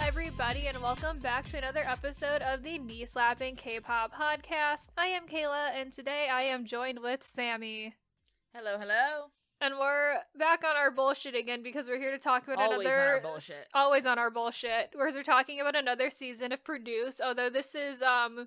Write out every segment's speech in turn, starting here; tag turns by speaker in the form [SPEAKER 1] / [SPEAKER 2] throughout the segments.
[SPEAKER 1] everybody, and welcome back to another episode of the Knee Slapping K-pop podcast. I am Kayla, and today I am joined with Sammy,
[SPEAKER 2] Hello, hello.
[SPEAKER 1] and we're back on our bullshit again because we're here to talk about
[SPEAKER 2] Always on
[SPEAKER 1] another
[SPEAKER 2] our bullshit.
[SPEAKER 1] always on our bullshit. Whereas we're talking about another season of Produce, although this is um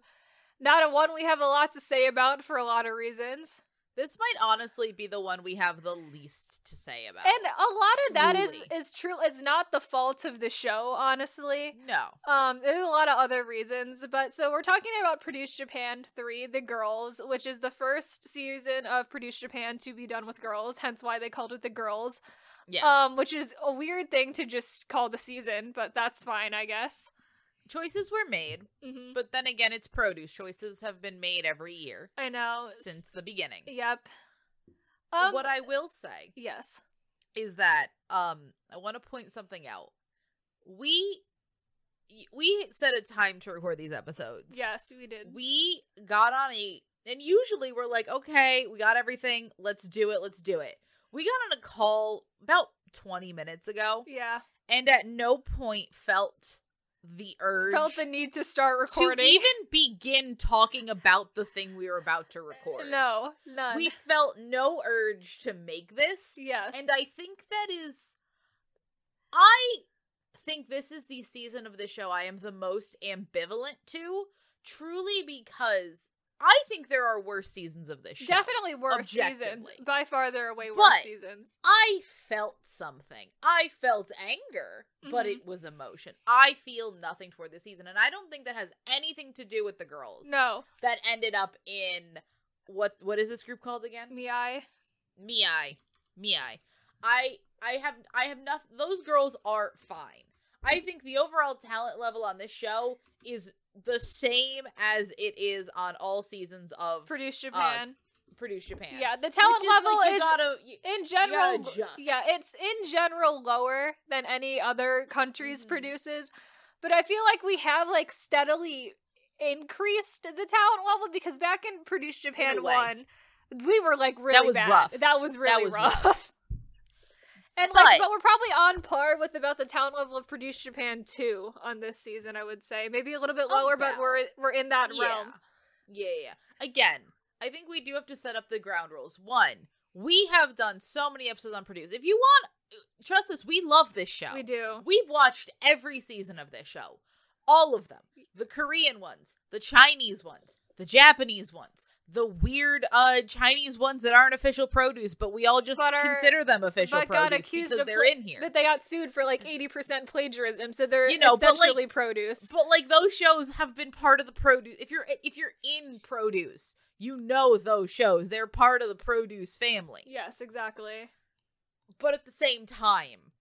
[SPEAKER 1] not a one we have a lot to say about for a lot of reasons.
[SPEAKER 2] This might honestly be the one we have the least to say about.
[SPEAKER 1] And a lot of that is
[SPEAKER 2] Uh, Truly.
[SPEAKER 1] is true. It's not the fault of the show, honestly.
[SPEAKER 2] no,
[SPEAKER 1] Um, there's a lot of other reasons, but so we're talking about Produce Japan 3, The Girls, which is the first season of Produce Japan to be done with girls, hence why they called it The Girls.
[SPEAKER 2] yes,
[SPEAKER 1] Um, which is a weird thing to just call the season, but that's fine, I guess.
[SPEAKER 2] choices were made,
[SPEAKER 1] hmm
[SPEAKER 2] but then again, it's produce. Choices have been made every year
[SPEAKER 1] I know. S-
[SPEAKER 2] since the beginning.
[SPEAKER 1] Yep. Um,
[SPEAKER 2] what I will say
[SPEAKER 1] Yes.
[SPEAKER 2] is that um, I want to point something out. We y- we set a time to record these episodes.
[SPEAKER 1] Yes, we did.
[SPEAKER 2] we got on a and usually we're like okay we got everything let's do it let's do it we got on a call about 20 minutes ago
[SPEAKER 1] yeah.
[SPEAKER 2] and at no point felt the urge
[SPEAKER 1] Felt the need to start
[SPEAKER 2] to
[SPEAKER 1] recording.
[SPEAKER 2] even begin talking about the thing we were about to record
[SPEAKER 1] No, none.
[SPEAKER 2] we felt no urge to make this
[SPEAKER 1] yes.
[SPEAKER 2] and i think that is i think this is the season of the show i am the most ambivalent to truly because i think there are worse seasons of this show
[SPEAKER 1] Definitely worse seasons.
[SPEAKER 2] objectively.
[SPEAKER 1] By far, there are way worse
[SPEAKER 2] But-
[SPEAKER 1] seasons.
[SPEAKER 2] i felt something i felt anger but
[SPEAKER 1] Mhm.
[SPEAKER 2] it was emotion i feel nothing toward this season and i don't think that has anything to do with the girls
[SPEAKER 1] No,
[SPEAKER 2] that ended up in what what is this group called again
[SPEAKER 1] Miai.
[SPEAKER 2] Miai, Miai. I I have I have nothing. Those girls are fine. I think the overall talent level on this show is the same as it is on all seasons of
[SPEAKER 1] produce Japan.
[SPEAKER 2] Produce Japan.
[SPEAKER 1] yeah, the
[SPEAKER 2] Oh, Which
[SPEAKER 1] talent
[SPEAKER 2] is,
[SPEAKER 1] level
[SPEAKER 2] like, you
[SPEAKER 1] is
[SPEAKER 2] gotta- you-
[SPEAKER 1] in general.
[SPEAKER 2] adjust.
[SPEAKER 1] Yeah, it's in general lower than any other countries
[SPEAKER 2] Mhm.
[SPEAKER 1] produces, but I feel like we have like steadily increased the talent level because back in Produce Japan
[SPEAKER 2] a way.
[SPEAKER 1] one, we were like really
[SPEAKER 2] was
[SPEAKER 1] bad.
[SPEAKER 2] rough.
[SPEAKER 1] That was really
[SPEAKER 2] was
[SPEAKER 1] rough.
[SPEAKER 2] rough.
[SPEAKER 1] And like,
[SPEAKER 2] But-
[SPEAKER 1] but we're probably on par with about the talent level of Produce Japan two on this season. I would say maybe a little bit lower, but
[SPEAKER 2] About.
[SPEAKER 1] we're we're in that realm.
[SPEAKER 2] Yeah, yeah. yeah. Again, I think we do have to set up the ground rules. One, we have done so many episodes on Produce. If you want, trust us, we love this show.
[SPEAKER 1] We do.
[SPEAKER 2] We've watched every season of this show. All of them. The Korean ones, the Chinese ones, the Japanese ones, the weird uh Chinese ones that aren't official produce, but we all just
[SPEAKER 1] But are-
[SPEAKER 2] consider them official
[SPEAKER 1] but got
[SPEAKER 2] produce
[SPEAKER 1] accused
[SPEAKER 2] because
[SPEAKER 1] of
[SPEAKER 2] they're
[SPEAKER 1] pla-
[SPEAKER 2] in here.
[SPEAKER 1] But they got sued for like 80% plagiarism, so they're
[SPEAKER 2] You know, but, like-
[SPEAKER 1] essentially produce.
[SPEAKER 2] but like those shows have been part of the produce. If you're if you're in produce, you know those shows. They're part of the produce family.
[SPEAKER 1] Yes, exactly.
[SPEAKER 2] But at the same time,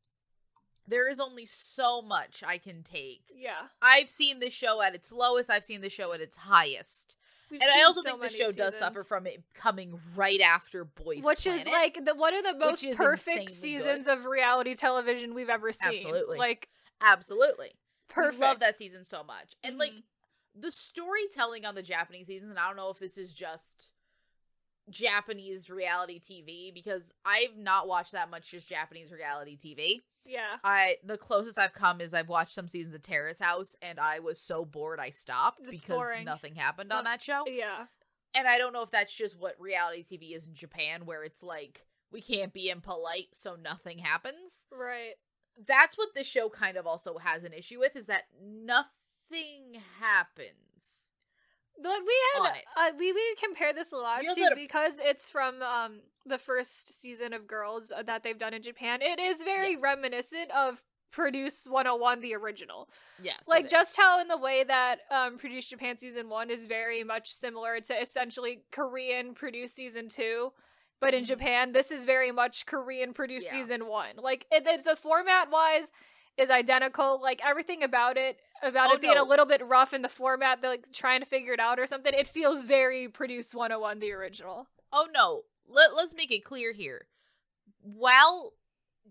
[SPEAKER 2] there is only so much I can take.
[SPEAKER 1] Yeah.
[SPEAKER 2] I've seen this show at its lowest. I've seen the show at its highest.
[SPEAKER 1] We've
[SPEAKER 2] and I
[SPEAKER 1] seen
[SPEAKER 2] also
[SPEAKER 1] so
[SPEAKER 2] think the
[SPEAKER 1] many
[SPEAKER 2] show does
[SPEAKER 1] seasons.
[SPEAKER 2] suffer from it coming right after Boys,
[SPEAKER 1] which
[SPEAKER 2] Planet.
[SPEAKER 1] is like the one of the most
[SPEAKER 2] is insanely
[SPEAKER 1] perfect
[SPEAKER 2] good.
[SPEAKER 1] seasons of reality television we've ever seen.
[SPEAKER 2] Absolutely.
[SPEAKER 1] Like
[SPEAKER 2] absolutely
[SPEAKER 1] perfect.
[SPEAKER 2] We love that season so much, and like
[SPEAKER 1] Mhm.
[SPEAKER 2] the storytelling on the Japanese season. And I don't know if this is just Japanese reality TV because I've not watched that much just Japanese reality TV.
[SPEAKER 1] Yeah.
[SPEAKER 2] I the closest I've come is I've watched some seasons of Terrace House, and I was so bored I stopped
[SPEAKER 1] It's
[SPEAKER 2] because
[SPEAKER 1] boring.
[SPEAKER 2] nothing happened on
[SPEAKER 1] Some-
[SPEAKER 2] that show.
[SPEAKER 1] Yeah.
[SPEAKER 2] and I don't know if that's just what reality TV is in Japan, where it's like we can't be impolite, so nothing happens.
[SPEAKER 1] Right.
[SPEAKER 2] That's what this show kind of also has an issue with, is that nothing happens.
[SPEAKER 1] But we
[SPEAKER 2] On
[SPEAKER 1] had
[SPEAKER 2] it.
[SPEAKER 1] uh, we we did compare this a lot
[SPEAKER 2] We also
[SPEAKER 1] too
[SPEAKER 2] had a-
[SPEAKER 1] because it's from um the first season of Girls uh, that they've done in Japan. It is very
[SPEAKER 2] Yes.
[SPEAKER 1] reminiscent of Produce 101 the original.
[SPEAKER 2] Yes,
[SPEAKER 1] like
[SPEAKER 2] it
[SPEAKER 1] just
[SPEAKER 2] is.
[SPEAKER 1] how in the way that um produce japan season one is very much similar to essentially korean produce season two but in
[SPEAKER 2] Mhm.
[SPEAKER 1] japan this is very much korean produce
[SPEAKER 2] Yeah.
[SPEAKER 1] season one like it, it's the format wise is identical like everything about it about
[SPEAKER 2] Oh,
[SPEAKER 1] it being
[SPEAKER 2] no.
[SPEAKER 1] a little bit rough in the format they're like trying to figure it out or something it feels very produce 101 the original
[SPEAKER 2] Oh no, Let, let's make it clear here. While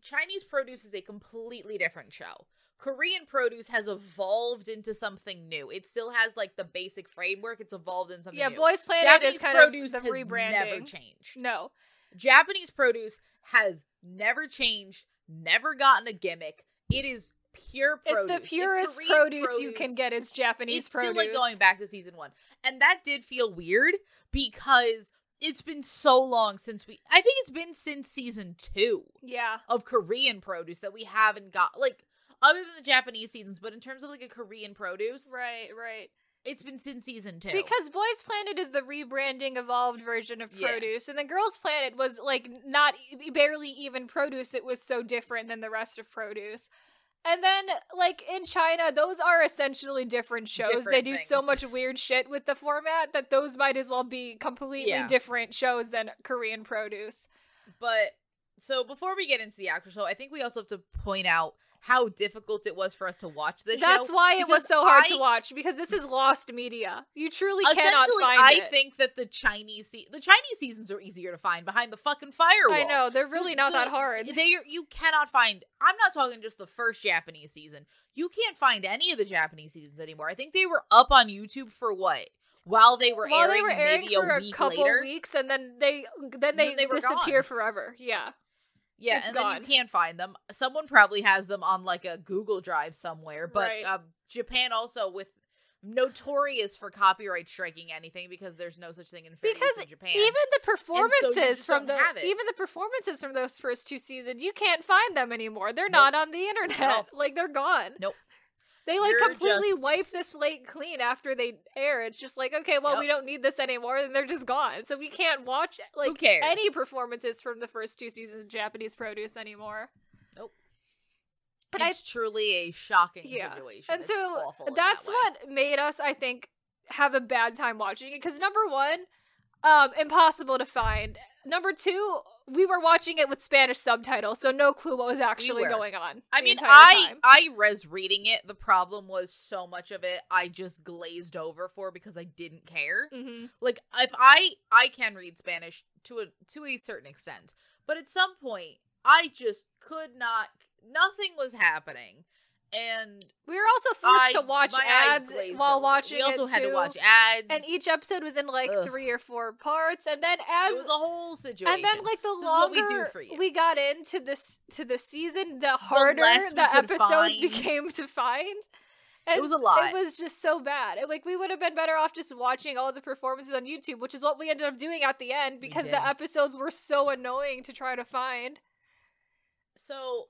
[SPEAKER 2] Chinese produce is a completely different show, Korean produce has evolved into something new. It still has like the basic framework. It's evolved into something
[SPEAKER 1] yeah
[SPEAKER 2] new.
[SPEAKER 1] boys planet
[SPEAKER 2] Japanese
[SPEAKER 1] is kind
[SPEAKER 2] produce
[SPEAKER 1] of the
[SPEAKER 2] has
[SPEAKER 1] rebranding
[SPEAKER 2] never changed.
[SPEAKER 1] no
[SPEAKER 2] Japanese produce has never changed, never gotten a gimmick. It is pure produce.
[SPEAKER 1] It's the purest
[SPEAKER 2] Korean
[SPEAKER 1] produce, you can get is Japanese
[SPEAKER 2] It's
[SPEAKER 1] produce.
[SPEAKER 2] still like going back to season one, and that did feel weird because it's been so long since we. I think it's been since season two
[SPEAKER 1] Yeah.
[SPEAKER 2] of Korean produce that we haven't got like other than the Japanese seasons, but in terms of like a Korean produce,
[SPEAKER 1] Right, right.
[SPEAKER 2] it's been since season two.
[SPEAKER 1] Because Boys Planet is the rebranding evolved version of
[SPEAKER 2] Yeah.
[SPEAKER 1] produce, and the Girls Planet was like not e- barely even produce. It was so different than the rest of produce. And then, like in China, those are essentially different shows. they
[SPEAKER 2] Different
[SPEAKER 1] do so
[SPEAKER 2] things.
[SPEAKER 1] much weird shit with the format that those might as well be completely
[SPEAKER 2] Yeah.
[SPEAKER 1] different shows than Korean produce.
[SPEAKER 2] But so before we get into the actual show, I think we also have to point out how difficult it was for us to watch this
[SPEAKER 1] That's
[SPEAKER 2] show.
[SPEAKER 1] why it was
[SPEAKER 2] because
[SPEAKER 1] so hard
[SPEAKER 2] I-
[SPEAKER 1] to watch because this is lost media. You truly cannot
[SPEAKER 2] Essentially,
[SPEAKER 1] find
[SPEAKER 2] I
[SPEAKER 1] it.
[SPEAKER 2] think that the Chinese se- the Chinese seasons are easier to find behind the fucking firewall.
[SPEAKER 1] I know they're really not that
[SPEAKER 2] The-
[SPEAKER 1] hard.
[SPEAKER 2] They are- you cannot find. I'm not talking just the first Japanese season. You can't find any of the Japanese seasons anymore. I think they were up on YouTube for what while they were
[SPEAKER 1] While
[SPEAKER 2] airing,
[SPEAKER 1] they were airing
[SPEAKER 2] maybe
[SPEAKER 1] for
[SPEAKER 2] a
[SPEAKER 1] a,
[SPEAKER 2] week
[SPEAKER 1] couple
[SPEAKER 2] later.
[SPEAKER 1] weeks, and then they then
[SPEAKER 2] Then
[SPEAKER 1] they,
[SPEAKER 2] they were
[SPEAKER 1] disappear
[SPEAKER 2] gone.
[SPEAKER 1] forever. Yeah,
[SPEAKER 2] Yeah,
[SPEAKER 1] It's
[SPEAKER 2] and then
[SPEAKER 1] gone.
[SPEAKER 2] you can't find them. Someone probably has them on like a Google Drive somewhere, but
[SPEAKER 1] Right.
[SPEAKER 2] um, Japan also with notorious for copyright striking anything because there's no such thing in fair use
[SPEAKER 1] Because
[SPEAKER 2] in Japan.
[SPEAKER 1] even the performances
[SPEAKER 2] just
[SPEAKER 1] from the
[SPEAKER 2] don't have it.
[SPEAKER 1] even the performances from those first two seasons, you can't find them anymore. They're
[SPEAKER 2] Nope.
[SPEAKER 1] not on the internet.
[SPEAKER 2] Nope.
[SPEAKER 1] Like they're gone.
[SPEAKER 2] Nope.
[SPEAKER 1] They like
[SPEAKER 2] You're
[SPEAKER 1] completely
[SPEAKER 2] just
[SPEAKER 1] wipe
[SPEAKER 2] s-
[SPEAKER 1] this slate clean after they air. It's just like okay, well we don't need this anymore, and they're just gone. So we can't watch eh, like
[SPEAKER 2] cares?
[SPEAKER 1] any performances from the first two seasons of Japanese produce anymore.
[SPEAKER 2] Nope.
[SPEAKER 1] And I
[SPEAKER 2] it's truly a shocking
[SPEAKER 1] Yeah.
[SPEAKER 2] situation.
[SPEAKER 1] and
[SPEAKER 2] It's
[SPEAKER 1] so
[SPEAKER 2] awful in
[SPEAKER 1] that's
[SPEAKER 2] that way.
[SPEAKER 1] what made us i think have a bad time watching it because number one um impossible to find number two we were watching it with spanish subtitles so no clue what was actually
[SPEAKER 2] were.
[SPEAKER 1] going on
[SPEAKER 2] I
[SPEAKER 1] the
[SPEAKER 2] mean,
[SPEAKER 1] entire
[SPEAKER 2] I
[SPEAKER 1] time.
[SPEAKER 2] I res reading it. The problem was so much of it I just glazed over for because I didn't care.
[SPEAKER 1] Mhm.
[SPEAKER 2] Like if I I can read Spanish to a to a certain extent, but at some point I just could not. Nothing was happening, and
[SPEAKER 1] we were also forced to
[SPEAKER 2] I-
[SPEAKER 1] watch
[SPEAKER 2] my eyes
[SPEAKER 1] ads
[SPEAKER 2] glazed
[SPEAKER 1] while
[SPEAKER 2] over.
[SPEAKER 1] watching
[SPEAKER 2] We also
[SPEAKER 1] it
[SPEAKER 2] had
[SPEAKER 1] too.
[SPEAKER 2] to watch ads,
[SPEAKER 1] and each episode was in like
[SPEAKER 2] Ugh.
[SPEAKER 1] three or four parts and then as
[SPEAKER 2] it was a whole situation.
[SPEAKER 1] And then, like the
[SPEAKER 2] This is what we do
[SPEAKER 1] longer
[SPEAKER 2] for you.
[SPEAKER 1] we got into this to the season, the harder
[SPEAKER 2] less
[SPEAKER 1] the,
[SPEAKER 2] we could
[SPEAKER 1] episodes
[SPEAKER 2] find.
[SPEAKER 1] became to find. And
[SPEAKER 2] was a lot.
[SPEAKER 1] It was just so bad. It- like we would have been better off just watching all the performances on YouTube, which is what we ended up doing at the end because
[SPEAKER 2] did.
[SPEAKER 1] the episodes were so annoying to try to find.
[SPEAKER 2] So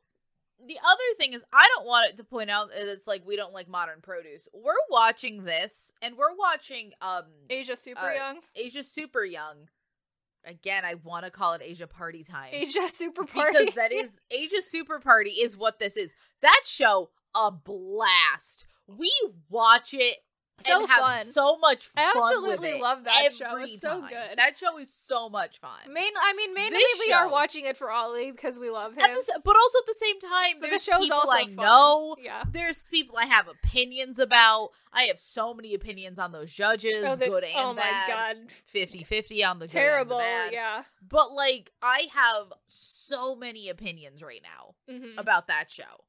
[SPEAKER 2] the other thing is I don't want it to point out that it's like we don't like modern produce. We're watching this and we're watching um
[SPEAKER 1] Asia Super
[SPEAKER 2] Uh,
[SPEAKER 1] Young,
[SPEAKER 2] Asia Super Young. Again, I want to call it Asia Party Time.
[SPEAKER 1] Asia Super Party.
[SPEAKER 2] because that is Asia Super Party is what this is. That show a blast. We watch it
[SPEAKER 1] so
[SPEAKER 2] and have
[SPEAKER 1] fun.
[SPEAKER 2] so much fun.
[SPEAKER 1] I
[SPEAKER 2] with
[SPEAKER 1] absolutely
[SPEAKER 2] it
[SPEAKER 1] love that show.
[SPEAKER 2] every
[SPEAKER 1] It's so
[SPEAKER 2] time.
[SPEAKER 1] good.
[SPEAKER 2] That show is so much fun.
[SPEAKER 1] Main, I mean, mainly
[SPEAKER 2] This
[SPEAKER 1] we are
[SPEAKER 2] show-
[SPEAKER 1] watching it for Ollie because we love him.
[SPEAKER 2] At the s- but also at the same time,
[SPEAKER 1] But the
[SPEAKER 2] there's
[SPEAKER 1] show's
[SPEAKER 2] people
[SPEAKER 1] also
[SPEAKER 2] I
[SPEAKER 1] fun.
[SPEAKER 2] know.
[SPEAKER 1] yeah.
[SPEAKER 2] There's people I have opinions about. I have so many opinions on those judges,
[SPEAKER 1] Oh, the-
[SPEAKER 2] good and
[SPEAKER 1] oh
[SPEAKER 2] bad.
[SPEAKER 1] my god,
[SPEAKER 2] 50-50 on the
[SPEAKER 1] terrible.
[SPEAKER 2] good and the bad.
[SPEAKER 1] Yeah.
[SPEAKER 2] But like I have so many opinions right now
[SPEAKER 1] Mhm.
[SPEAKER 2] about that show.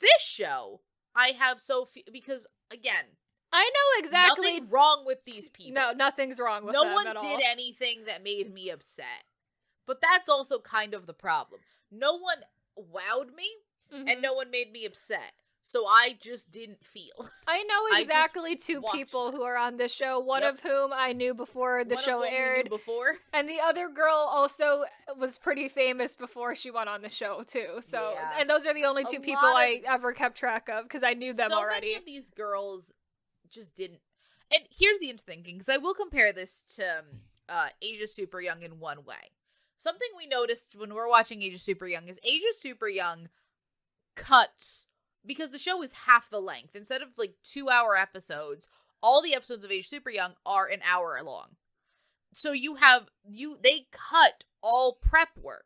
[SPEAKER 2] This show, I have so few because again,
[SPEAKER 1] I know exactly.
[SPEAKER 2] nothing wrong with these people.
[SPEAKER 1] No, nothing's wrong with
[SPEAKER 2] no
[SPEAKER 1] them
[SPEAKER 2] one
[SPEAKER 1] at
[SPEAKER 2] did
[SPEAKER 1] all.
[SPEAKER 2] anything that made me upset. But that's also kind of the problem. No one wowed me,
[SPEAKER 1] Mhm.
[SPEAKER 2] and no one made me upset. So I just didn't feel.
[SPEAKER 1] I know
[SPEAKER 2] I just
[SPEAKER 1] exactly two
[SPEAKER 2] watched
[SPEAKER 1] people who
[SPEAKER 2] this.
[SPEAKER 1] are on this show. One
[SPEAKER 2] Yep.
[SPEAKER 1] of whom I knew before the
[SPEAKER 2] One of
[SPEAKER 1] show
[SPEAKER 2] what we knew
[SPEAKER 1] aired,
[SPEAKER 2] before.
[SPEAKER 1] and the other girl also was pretty famous before she went on the show too. So,
[SPEAKER 2] Yeah.
[SPEAKER 1] and those are the only
[SPEAKER 2] A
[SPEAKER 1] two people
[SPEAKER 2] lot of-
[SPEAKER 1] I ever kept track of because I knew them
[SPEAKER 2] so
[SPEAKER 1] already.
[SPEAKER 2] Many of these girls just didn't. And here's the interesting thing, because I will compare this to um, uh, Asia Super Young in one way. Something we noticed when we're watching Asia Super Young is Asia Super Young cuts because the show is half the length. Instead of like two hour episodes, all the episodes of Asia Super Young are an hour long. So you have you they cut all prep work.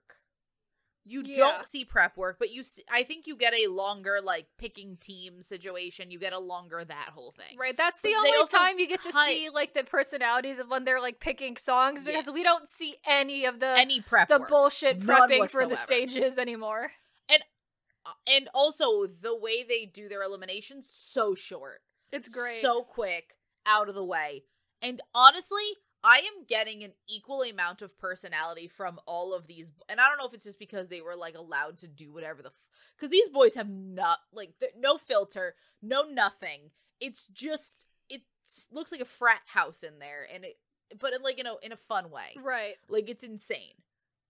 [SPEAKER 2] You
[SPEAKER 1] Yeah.
[SPEAKER 2] don't see prep work, but you see, I think you get a longer like picking team situation. You get a longer that whole thing.
[SPEAKER 1] Right, that's the
[SPEAKER 2] But they
[SPEAKER 1] only
[SPEAKER 2] also
[SPEAKER 1] time you get to
[SPEAKER 2] cut-
[SPEAKER 1] see like the personalities of when they're like picking songs
[SPEAKER 2] Yeah.
[SPEAKER 1] because we don't see any of the
[SPEAKER 2] Any prep
[SPEAKER 1] the
[SPEAKER 2] work.
[SPEAKER 1] bullshit
[SPEAKER 2] None
[SPEAKER 1] prepping for the
[SPEAKER 2] whatsoever.
[SPEAKER 1] stages anymore.
[SPEAKER 2] Uh, and also the way they do their elimination so short.
[SPEAKER 1] It's great.
[SPEAKER 2] So quick, out of the way. And honestly, I am getting an equal amount of personality from all of these, and I don't know if it's just because they were like allowed to do whatever the, because these boys have not like th- no filter, no nothing. It's just it looks like a frat house in there, and it, but in, like in a in a fun way,
[SPEAKER 1] Right.
[SPEAKER 2] like it's insane.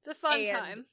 [SPEAKER 1] It's a fun
[SPEAKER 2] And-
[SPEAKER 1] time.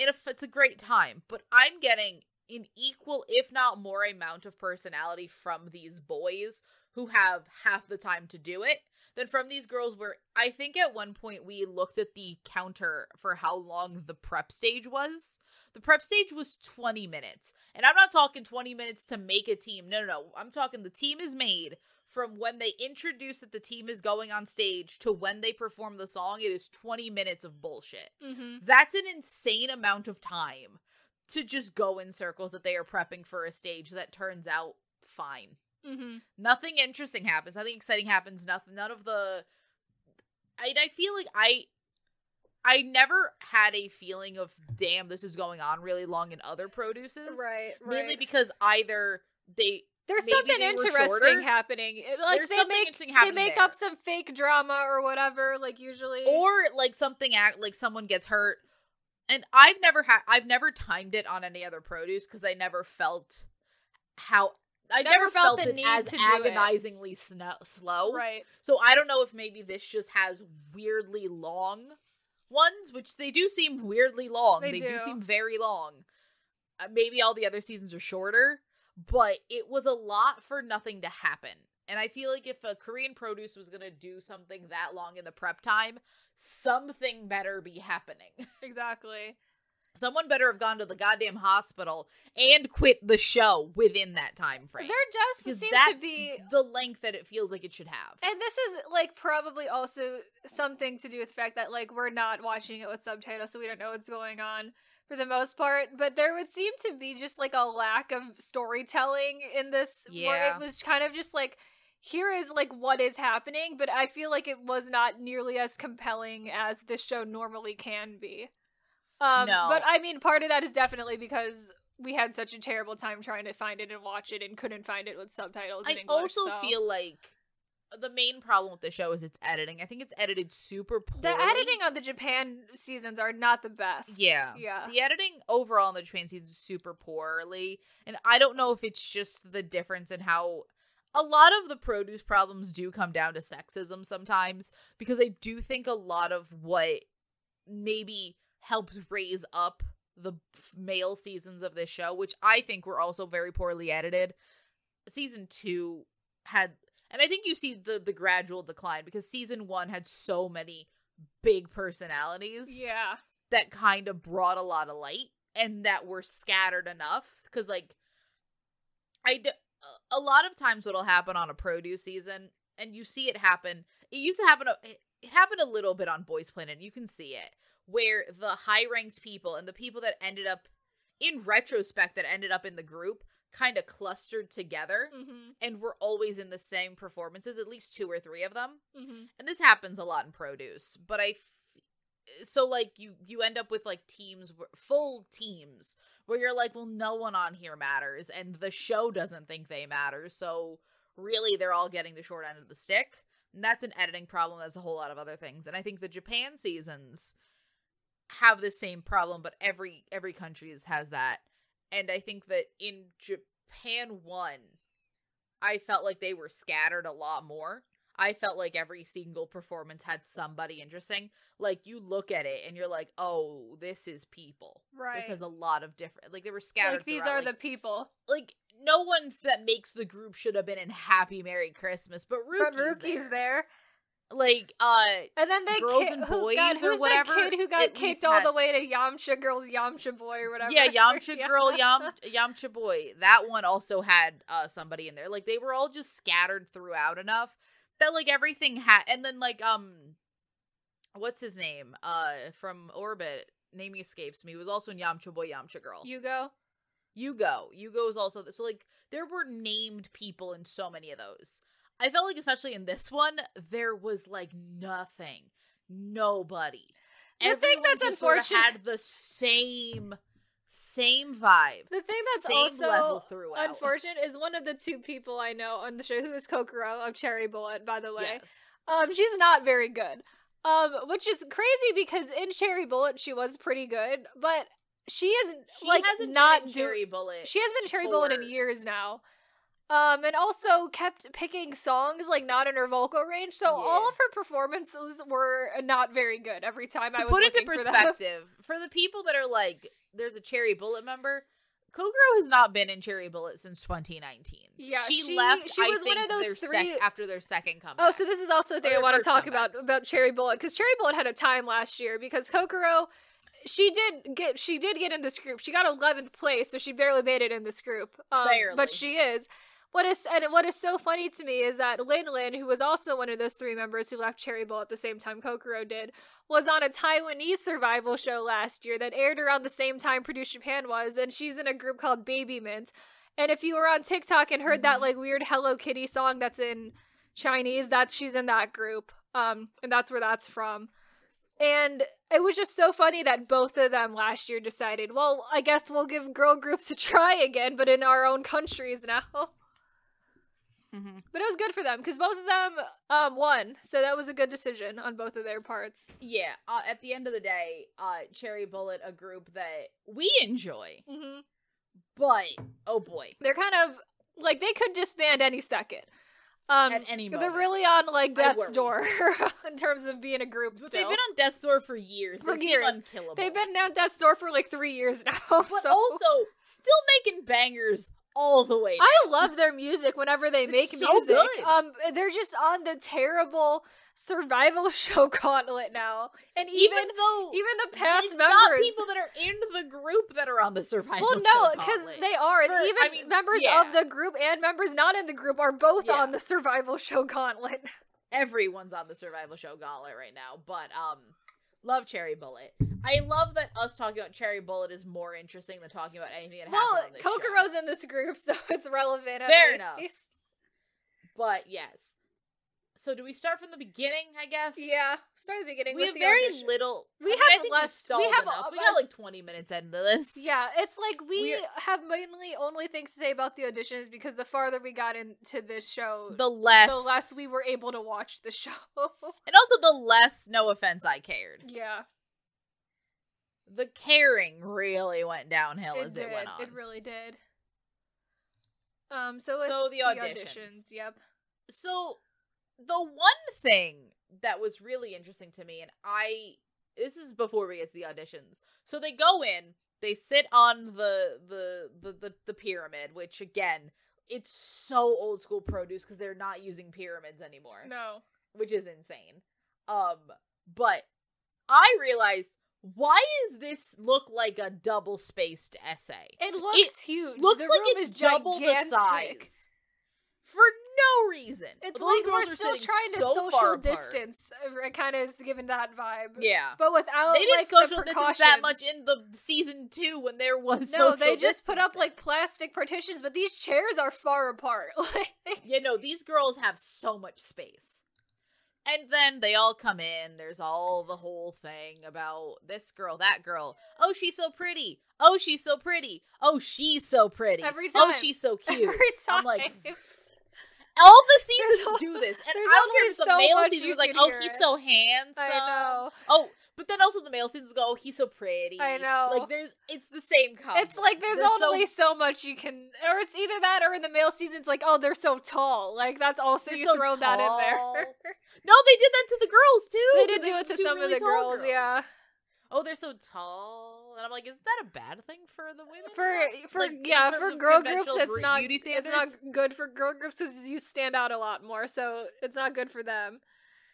[SPEAKER 2] And if it's a great time, but I'm getting an equal, if not more, amount of personality from these boys who have half the time to do it than from these girls where I think at one point we looked at the counter for how long the prep stage was. The prep stage was 20 minutes. And I'm not talking 20 minutes to make a team. No, no, no. I'm talking the team is made from when they introduce that the team is going on stage to when they perform the song. It is 20 minutes of bullshit.
[SPEAKER 1] hmm
[SPEAKER 2] That's an insane amount of time to just go in circles that they are prepping for a stage that turns out fine.
[SPEAKER 1] hmm
[SPEAKER 2] Nothing interesting happens. Nothing exciting happens. Nothing. None of the. I I feel like I. I never had a feeling of damn this is going on really long in other produces.
[SPEAKER 1] Right. Right.
[SPEAKER 2] Mainly because either they
[SPEAKER 1] There's
[SPEAKER 2] maybe
[SPEAKER 1] something
[SPEAKER 2] they were
[SPEAKER 1] interesting
[SPEAKER 2] shorter.
[SPEAKER 1] happening. It- Like
[SPEAKER 2] There's
[SPEAKER 1] they
[SPEAKER 2] something
[SPEAKER 1] make
[SPEAKER 2] interesting
[SPEAKER 1] they
[SPEAKER 2] happening
[SPEAKER 1] make
[SPEAKER 2] there.
[SPEAKER 1] up some fake drama or whatever. Like usually.
[SPEAKER 2] or like something act like someone gets hurt and i've never had i've never timed it on any other produce because i never felt how i
[SPEAKER 1] Never
[SPEAKER 2] never,
[SPEAKER 1] felt
[SPEAKER 2] felt,
[SPEAKER 1] the
[SPEAKER 2] it
[SPEAKER 1] need
[SPEAKER 2] as
[SPEAKER 1] to do it.
[SPEAKER 2] agonizingly snow, slow
[SPEAKER 1] right.
[SPEAKER 2] so i don't know if maybe this just has weirdly long ones which they do seem weirdly long
[SPEAKER 1] They
[SPEAKER 2] do
[SPEAKER 1] do.
[SPEAKER 2] seem very long uh, maybe all the other seasons are shorter but it was a lot for nothing to happen. And I feel like if a Korean produce was going to do something that long in the prep time, something better be happening.
[SPEAKER 1] Exactly.
[SPEAKER 2] Someone better have gone to the goddamn hospital and quit the show within that time frame.
[SPEAKER 1] There just
[SPEAKER 2] because
[SPEAKER 1] seems
[SPEAKER 2] that's
[SPEAKER 1] to be
[SPEAKER 2] the length that it feels like it should have.
[SPEAKER 1] And this is like probably also something to do with the fact that like we're not watching it with subtitles, so we don't know what's going on for the most part. But there would seem to be just like a lack of storytelling in this, where
[SPEAKER 2] Yeah.
[SPEAKER 1] it was kind of just like here is like what is happening, but I feel like it was not nearly as compelling as this show normally can be. Um,
[SPEAKER 2] No.
[SPEAKER 1] But I mean, part of that is definitely because we had such a terrible time trying to find it and watch it and couldn't find it with subtitles. in
[SPEAKER 2] I
[SPEAKER 1] English,
[SPEAKER 2] also
[SPEAKER 1] so.
[SPEAKER 2] feel like the main problem with the show is its editing. I think it's edited super poorly.
[SPEAKER 1] The editing on the Japan seasons are not the best.
[SPEAKER 2] Yeah.
[SPEAKER 1] Yeah.
[SPEAKER 2] The editing overall in the train season is super poorly. And I don't know if it's just the difference in how a lot of the produce problems do come down to sexism sometimes, because I do think a lot of what maybe helps raise up the male seasons of this show, which I think were also very poorly edited. Season two had and I think you see the the gradual decline because season one had so many big personalities
[SPEAKER 1] Yeah.
[SPEAKER 2] that kind of brought a lot of light and that were scattered enough because like i d- a lot of times what'll happen on a produce season and you see it happen it used to happen a, it happened a little bit on boys planet and you can see it where the high ranked people and the people that ended up in retrospect that ended up in the group kind of clustered together
[SPEAKER 1] hmm
[SPEAKER 2] and were always in the same performances at least two or three of them
[SPEAKER 1] hmm
[SPEAKER 2] and this happens a lot in produce but i f- so like you you end up with like teams wh- full teams where you're like well no one on here matters and the show doesn't think they matter so really they're all getting the short end of the stick and that's an editing problem that's a whole lot of other things and i think the japan seasons have the same problem but every every country is- has that and i think that in japan one i felt like they were scattered a lot more I felt like every single performance had somebody interesting. Like you look at it and you're like, "Oh, this is people.
[SPEAKER 1] Right.
[SPEAKER 2] This has a lot of different. Like they were scattered.
[SPEAKER 1] like these
[SPEAKER 2] throughout,
[SPEAKER 1] are
[SPEAKER 2] like-
[SPEAKER 1] the people.
[SPEAKER 2] like no one that makes the group should have been in Happy Merry Christmas, but Ruki's,
[SPEAKER 1] But Rookie's
[SPEAKER 2] there.
[SPEAKER 1] there.
[SPEAKER 2] Like uh,
[SPEAKER 1] And then they
[SPEAKER 2] Girls
[SPEAKER 1] ki-
[SPEAKER 2] and
[SPEAKER 1] who, God,
[SPEAKER 2] boys or
[SPEAKER 1] who's
[SPEAKER 2] whatever,
[SPEAKER 1] that kid who got
[SPEAKER 2] at
[SPEAKER 1] kicked
[SPEAKER 2] least
[SPEAKER 1] all
[SPEAKER 2] had-
[SPEAKER 1] the way to Yamcha Girls, Yamcha Boy, or whatever?
[SPEAKER 2] yeah, Yamcha
[SPEAKER 1] Yeah.
[SPEAKER 2] girl, Yam Yamcha boy. That one also had uh somebody in there. Like they were all just scattered throughout enough that like everything had. And then like um, what's his name? Uh, from Orbit. Name escapes me. was also in Yamcha boy, Yamcha girl.
[SPEAKER 1] Yugo.
[SPEAKER 2] Yugo. Yugo is also so like there were named people in so many of those. I felt like especially in this one there was like nothing, nobody.
[SPEAKER 1] The thing
[SPEAKER 2] Everyone
[SPEAKER 1] that's
[SPEAKER 2] just sorta
[SPEAKER 1] unfortunate-
[SPEAKER 2] had the same same vibe,
[SPEAKER 1] The thing that's
[SPEAKER 2] same
[SPEAKER 1] also
[SPEAKER 2] level throughout.
[SPEAKER 1] unfortunate is one of the two people I know on the show who is Kokoro of Cherry Bullet, by the way.
[SPEAKER 2] Yes.
[SPEAKER 1] Um, she's not very good. Um, which is crazy because in Cherry Bullet she was pretty good, but she is
[SPEAKER 2] She
[SPEAKER 1] like
[SPEAKER 2] hasn't
[SPEAKER 1] not
[SPEAKER 2] been in
[SPEAKER 1] do-
[SPEAKER 2] Cherry Bullet.
[SPEAKER 1] She has been Cherry Bullet in
[SPEAKER 2] for-
[SPEAKER 1] years now. Um, and also kept picking songs like not in her vocal range, so all
[SPEAKER 2] Yeah.
[SPEAKER 1] of her performances were not very good every time I
[SPEAKER 2] to
[SPEAKER 1] was
[SPEAKER 2] put into
[SPEAKER 1] looking for them.
[SPEAKER 2] perspective, for, the people that are like, there's a Cherry Bullet member. Kogoro has not been in Cherry Bullet since 2019.
[SPEAKER 1] Yeah,
[SPEAKER 2] she,
[SPEAKER 1] she-
[SPEAKER 2] left.
[SPEAKER 1] she
[SPEAKER 2] I
[SPEAKER 1] was one
[SPEAKER 2] think,
[SPEAKER 1] of those
[SPEAKER 2] their sec-
[SPEAKER 1] three-
[SPEAKER 2] after their second comeback.
[SPEAKER 1] Oh, so this is also a thing
[SPEAKER 2] Or
[SPEAKER 1] I
[SPEAKER 2] the
[SPEAKER 1] want to
[SPEAKER 2] first
[SPEAKER 1] talk
[SPEAKER 2] comeback.
[SPEAKER 1] about about Cherry Bullet because Cherry Bullet had a time last year because Kokoro, she did get she did get in this group. She got eleventh place, so she barely made it in this group. Um,
[SPEAKER 2] Barely.
[SPEAKER 1] but she is. What is and what is so funny to me is that Lin Lin, who was also one of those three members who left Cherry Bullet at the same time Kokoro did, was on a Taiwanese survival show last year that aired around the same time Produce Japan was, and she's in a group called Baby Mint. And if you were on TikTok and heard that
[SPEAKER 2] Mhm.
[SPEAKER 1] like weird Hello Kitty song that's in Chinese, that's she's in that group. Um, and that's where that's from. And it was just so funny that both of them last year decided, well, I guess we'll give girl groups a try again, but in our own countries now. But
[SPEAKER 2] Mhm.
[SPEAKER 1] it was good for them because both of them um won, so that was a good decision on both of their parts.
[SPEAKER 2] Yeah, uh, at the end of the day, uh, Cherry Bullet, a group that we enjoy,
[SPEAKER 1] hmm
[SPEAKER 2] but oh boy,
[SPEAKER 1] they're kind of like they could disband any second. Um,
[SPEAKER 2] at any moment.
[SPEAKER 1] they're really on like
[SPEAKER 2] I
[SPEAKER 1] death's
[SPEAKER 2] worry.
[SPEAKER 1] door in terms of being a group.
[SPEAKER 2] But
[SPEAKER 1] Still,
[SPEAKER 2] they've been on death's door for years.
[SPEAKER 1] For
[SPEAKER 2] they seem
[SPEAKER 1] years.
[SPEAKER 2] unkillable.
[SPEAKER 1] They've been down death's door for like three years now.
[SPEAKER 2] but
[SPEAKER 1] so-
[SPEAKER 2] also still making bangers all the way.
[SPEAKER 1] I love their music whenever they
[SPEAKER 2] It's
[SPEAKER 1] make
[SPEAKER 2] so
[SPEAKER 1] music.
[SPEAKER 2] good.
[SPEAKER 1] Um, they're just on the terrible survival show gauntlet now, and even even,
[SPEAKER 2] though
[SPEAKER 1] the past
[SPEAKER 2] it's
[SPEAKER 1] members.
[SPEAKER 2] not people that are in the group that are on the survival.
[SPEAKER 1] well, no,
[SPEAKER 2] show
[SPEAKER 1] because
[SPEAKER 2] gauntlet.
[SPEAKER 1] they are.
[SPEAKER 2] For-
[SPEAKER 1] even
[SPEAKER 2] I mean,
[SPEAKER 1] members
[SPEAKER 2] yeah.
[SPEAKER 1] of the group and members not in the group are both
[SPEAKER 2] Yeah.
[SPEAKER 1] on the survival show gauntlet.
[SPEAKER 2] everyone's on the survival show gauntlet right now. But um, love Cherry Bullet. I love that us talking about Cherry Bullet is more interesting than talking about anything that
[SPEAKER 1] Well,
[SPEAKER 2] happened. on this show.
[SPEAKER 1] Kokoro's in this group, so it's relevant. at
[SPEAKER 2] Fair enough.
[SPEAKER 1] least.
[SPEAKER 2] But yes. So do we start from the beginning? I guess.
[SPEAKER 1] Yeah, start at the beginning.
[SPEAKER 2] We
[SPEAKER 1] with
[SPEAKER 2] have
[SPEAKER 1] the
[SPEAKER 2] very
[SPEAKER 1] audition.
[SPEAKER 2] little.
[SPEAKER 1] We
[SPEAKER 2] I mean,
[SPEAKER 1] have
[SPEAKER 2] I think
[SPEAKER 1] less- we
[SPEAKER 2] stalled
[SPEAKER 1] have
[SPEAKER 2] enough.
[SPEAKER 1] a-
[SPEAKER 2] We got
[SPEAKER 1] less-
[SPEAKER 2] like twenty minutes into this.
[SPEAKER 1] Yeah, it's like we
[SPEAKER 2] We're-
[SPEAKER 1] have mainly only things to say about the auditions because the farther we got into this show,
[SPEAKER 2] The less.
[SPEAKER 1] the less we were able to watch the show.
[SPEAKER 2] And also the less. No offense, I cared.
[SPEAKER 1] yeah,
[SPEAKER 2] The caring really went downhill as
[SPEAKER 1] did.
[SPEAKER 2] it went on.
[SPEAKER 1] It really did. Um, so, it's
[SPEAKER 2] so the
[SPEAKER 1] the
[SPEAKER 2] auditions.
[SPEAKER 1] auditions. Yep.
[SPEAKER 2] So the one thing that was really interesting to me, and I this is before we get to the auditions. So they go in, they sit on the the the the, the pyramid, which again, it's so old school produce because they're not using pyramids anymore,
[SPEAKER 1] No.
[SPEAKER 2] which is insane. Um, but I realized why does this look like a double spaced essay?
[SPEAKER 1] It looks huge.
[SPEAKER 2] looks
[SPEAKER 1] The
[SPEAKER 2] like
[SPEAKER 1] room
[SPEAKER 2] it's
[SPEAKER 1] is
[SPEAKER 2] double the
[SPEAKER 1] gigantic.
[SPEAKER 2] size for no reason.
[SPEAKER 1] It's
[SPEAKER 2] Those
[SPEAKER 1] like we're
[SPEAKER 2] girls are
[SPEAKER 1] still
[SPEAKER 2] sitting
[SPEAKER 1] trying to
[SPEAKER 2] so far
[SPEAKER 1] social
[SPEAKER 2] apart.
[SPEAKER 1] distance. uh, It kind of is given that vibe.
[SPEAKER 2] Yeah,
[SPEAKER 1] But without
[SPEAKER 2] they didn't
[SPEAKER 1] Oh, like
[SPEAKER 2] social
[SPEAKER 1] the
[SPEAKER 2] distance
[SPEAKER 1] precautions.
[SPEAKER 2] that much in the season two when there was
[SPEAKER 1] no,
[SPEAKER 2] social
[SPEAKER 1] they just put up
[SPEAKER 2] distancing.
[SPEAKER 1] like plastic partitions, but these chairs are far apart. Like,
[SPEAKER 2] you know these girls have so much space. And then they all come in. There's all the whole thing about this girl, that girl. Oh, she's so pretty. Oh, she's so pretty. Oh, she's so pretty.
[SPEAKER 1] Every
[SPEAKER 2] Oh,
[SPEAKER 1] time.
[SPEAKER 2] she's so cute.
[SPEAKER 1] every time.
[SPEAKER 2] I'm like, all the seasons
[SPEAKER 1] al-
[SPEAKER 2] do this, and I
[SPEAKER 1] there's
[SPEAKER 2] don't care
[SPEAKER 1] always
[SPEAKER 2] if the
[SPEAKER 1] so
[SPEAKER 2] male
[SPEAKER 1] much
[SPEAKER 2] season
[SPEAKER 1] you
[SPEAKER 2] was like,
[SPEAKER 1] can
[SPEAKER 2] "Oh,
[SPEAKER 1] hear
[SPEAKER 2] he's
[SPEAKER 1] it."
[SPEAKER 2] so handsome."
[SPEAKER 1] I know.
[SPEAKER 2] Oh, but then also the male seasons go, "Oh, he's so pretty."
[SPEAKER 1] I know.
[SPEAKER 2] Like there's, it's the same comment.
[SPEAKER 1] It's like there's
[SPEAKER 2] They're so-
[SPEAKER 1] only so much you can, or it's either that or in the male season, it's like, oh, they're so tall. Like that's also
[SPEAKER 2] They're
[SPEAKER 1] you
[SPEAKER 2] so
[SPEAKER 1] throw that in
[SPEAKER 2] tall.
[SPEAKER 1] there.
[SPEAKER 2] no, they did that to the girls too.
[SPEAKER 1] they
[SPEAKER 2] 'cause
[SPEAKER 1] did do
[SPEAKER 2] were
[SPEAKER 1] it to
[SPEAKER 2] two
[SPEAKER 1] some
[SPEAKER 2] really
[SPEAKER 1] of the
[SPEAKER 2] tall
[SPEAKER 1] girls, yeah.
[SPEAKER 2] Oh, they're so tall, and I'm like, is that a bad thing for the women?
[SPEAKER 1] For
[SPEAKER 2] Like,
[SPEAKER 1] for
[SPEAKER 2] like, in
[SPEAKER 1] yeah
[SPEAKER 2] terms
[SPEAKER 1] for
[SPEAKER 2] of
[SPEAKER 1] girl groups,
[SPEAKER 2] conventional
[SPEAKER 1] it's
[SPEAKER 2] bre-
[SPEAKER 1] not
[SPEAKER 2] beauty
[SPEAKER 1] it's
[SPEAKER 2] standards.
[SPEAKER 1] not good for girl groups because you stand out a lot more, so it's not good for them.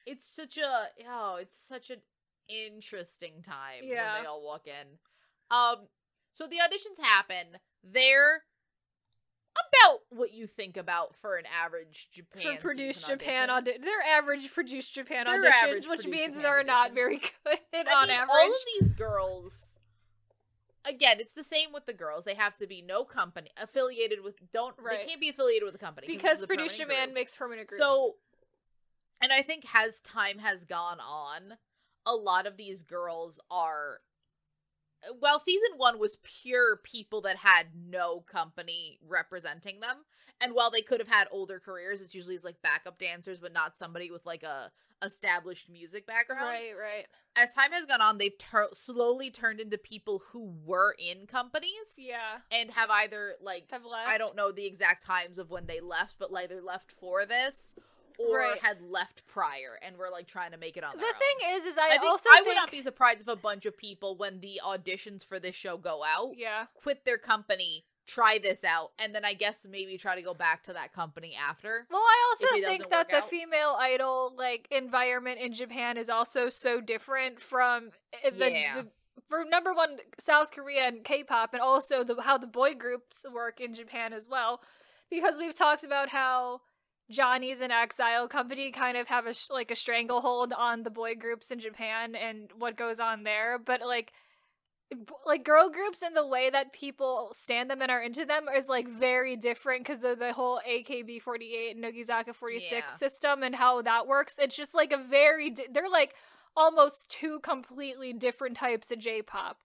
[SPEAKER 2] It's such a oh, it's such an interesting time
[SPEAKER 1] Yeah.
[SPEAKER 2] when they all walk in. Um, so the auditions happen. They're about what you think about for an average Japan
[SPEAKER 1] for Produce
[SPEAKER 2] season
[SPEAKER 1] Japan
[SPEAKER 2] auditions.
[SPEAKER 1] auditions. Their average Produce Japan
[SPEAKER 2] Their average
[SPEAKER 1] auditions, which
[SPEAKER 2] Produce
[SPEAKER 1] means
[SPEAKER 2] Japan
[SPEAKER 1] they're not
[SPEAKER 2] auditions.
[SPEAKER 1] very good
[SPEAKER 2] I
[SPEAKER 1] on
[SPEAKER 2] mean,
[SPEAKER 1] average.
[SPEAKER 2] all of these girls. Again, it's the same with the girls. They have to be no company affiliated with. Don't
[SPEAKER 1] Right.
[SPEAKER 2] they can't be affiliated with a company
[SPEAKER 1] because
[SPEAKER 2] it's a permanent
[SPEAKER 1] Produce Japan
[SPEAKER 2] group.
[SPEAKER 1] makes permanent groups.
[SPEAKER 2] So, and I think as time has gone on, a lot of these girls are well, season one was pure people that had no company representing them. And while they could have had older careers, it's usually like backup dancers, but not somebody with like a established music background.
[SPEAKER 1] Right, right.
[SPEAKER 2] As time has gone on, they've tur slowly turned into people who were in companies
[SPEAKER 1] Yeah.
[SPEAKER 2] and have either like
[SPEAKER 1] Have left.
[SPEAKER 2] I don't know the exact times of when they left, but like they left for this or
[SPEAKER 1] Right.
[SPEAKER 2] had left prior and were like trying to make it on
[SPEAKER 1] The
[SPEAKER 2] their own.
[SPEAKER 1] thing is, is I,
[SPEAKER 2] I, think,
[SPEAKER 1] also
[SPEAKER 2] I
[SPEAKER 1] think
[SPEAKER 2] would not be surprised if a bunch of people, when the auditions for this show go out,
[SPEAKER 1] yeah,
[SPEAKER 2] quit their company, try this out, and then I guess maybe try to go back to that company after.
[SPEAKER 1] Well, I
[SPEAKER 2] if
[SPEAKER 1] also
[SPEAKER 2] it
[SPEAKER 1] think
[SPEAKER 2] doesn't
[SPEAKER 1] that
[SPEAKER 2] work
[SPEAKER 1] the
[SPEAKER 2] out.
[SPEAKER 1] female idol like environment in Japan is also so different from uh, the,
[SPEAKER 2] Yeah.
[SPEAKER 1] the for number one South Korea and K-pop, and also the how the boy groups work in Japan as well, because we've talked about how Johnny's and Exile Company kind of have a sh- like a stranglehold on the boy groups in Japan and what goes on there, but like b- like girl groups and the way that people stand them and are into them is like
[SPEAKER 2] Mm-hmm.
[SPEAKER 1] very different because of the whole AKB48 and Nogizaka 46
[SPEAKER 2] Yeah.
[SPEAKER 1] system and how that works. It's just like a very di- they're like almost two completely different types of J-pop.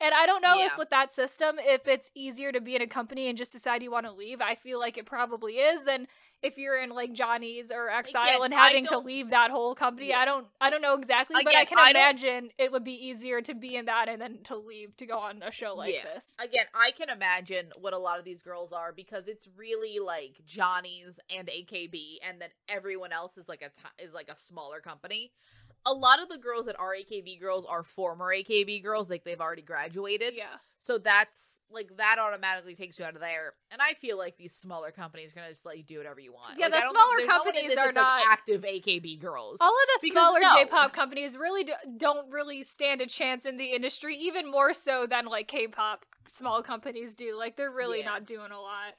[SPEAKER 1] And I don't know
[SPEAKER 2] Yeah.
[SPEAKER 1] if with that system, if it's easier to be in a company and just decide you want to leave. I feel like it probably is than if you're in like Johnny's or Exile
[SPEAKER 2] Again,
[SPEAKER 1] and
[SPEAKER 2] I
[SPEAKER 1] having to
[SPEAKER 2] don't-
[SPEAKER 1] leave that whole company.
[SPEAKER 2] Yeah.
[SPEAKER 1] I don't I don't know exactly, but I
[SPEAKER 2] Again,
[SPEAKER 1] can
[SPEAKER 2] I don't-
[SPEAKER 1] imagine it would be easier to be in that and then to leave to go on a show like
[SPEAKER 2] Yeah.
[SPEAKER 1] this.
[SPEAKER 2] Again, I can imagine what a lot of these girls are because it's really like Johnny's and AKB, and then everyone else is like a t- is like a smaller company. A lot of the girls that are AKB girls are former AKB girls, like they've already graduated.
[SPEAKER 1] Yeah.
[SPEAKER 2] So that's like that automatically takes you out of there. And I feel like these smaller companies are gonna just let you do whatever you want.
[SPEAKER 1] Yeah,
[SPEAKER 2] Like, I
[SPEAKER 1] the
[SPEAKER 2] don't think-
[SPEAKER 1] smaller
[SPEAKER 2] there's no one in
[SPEAKER 1] companies
[SPEAKER 2] this
[SPEAKER 1] are
[SPEAKER 2] that's, like,
[SPEAKER 1] not-
[SPEAKER 2] active AKB girls.
[SPEAKER 1] All of the
[SPEAKER 2] Because
[SPEAKER 1] smaller
[SPEAKER 2] no.
[SPEAKER 1] J-pop companies really do- don't really stand a chance in the industry, even more so than like K-pop small companies do. Like they're really
[SPEAKER 2] Yeah.
[SPEAKER 1] not doing a lot.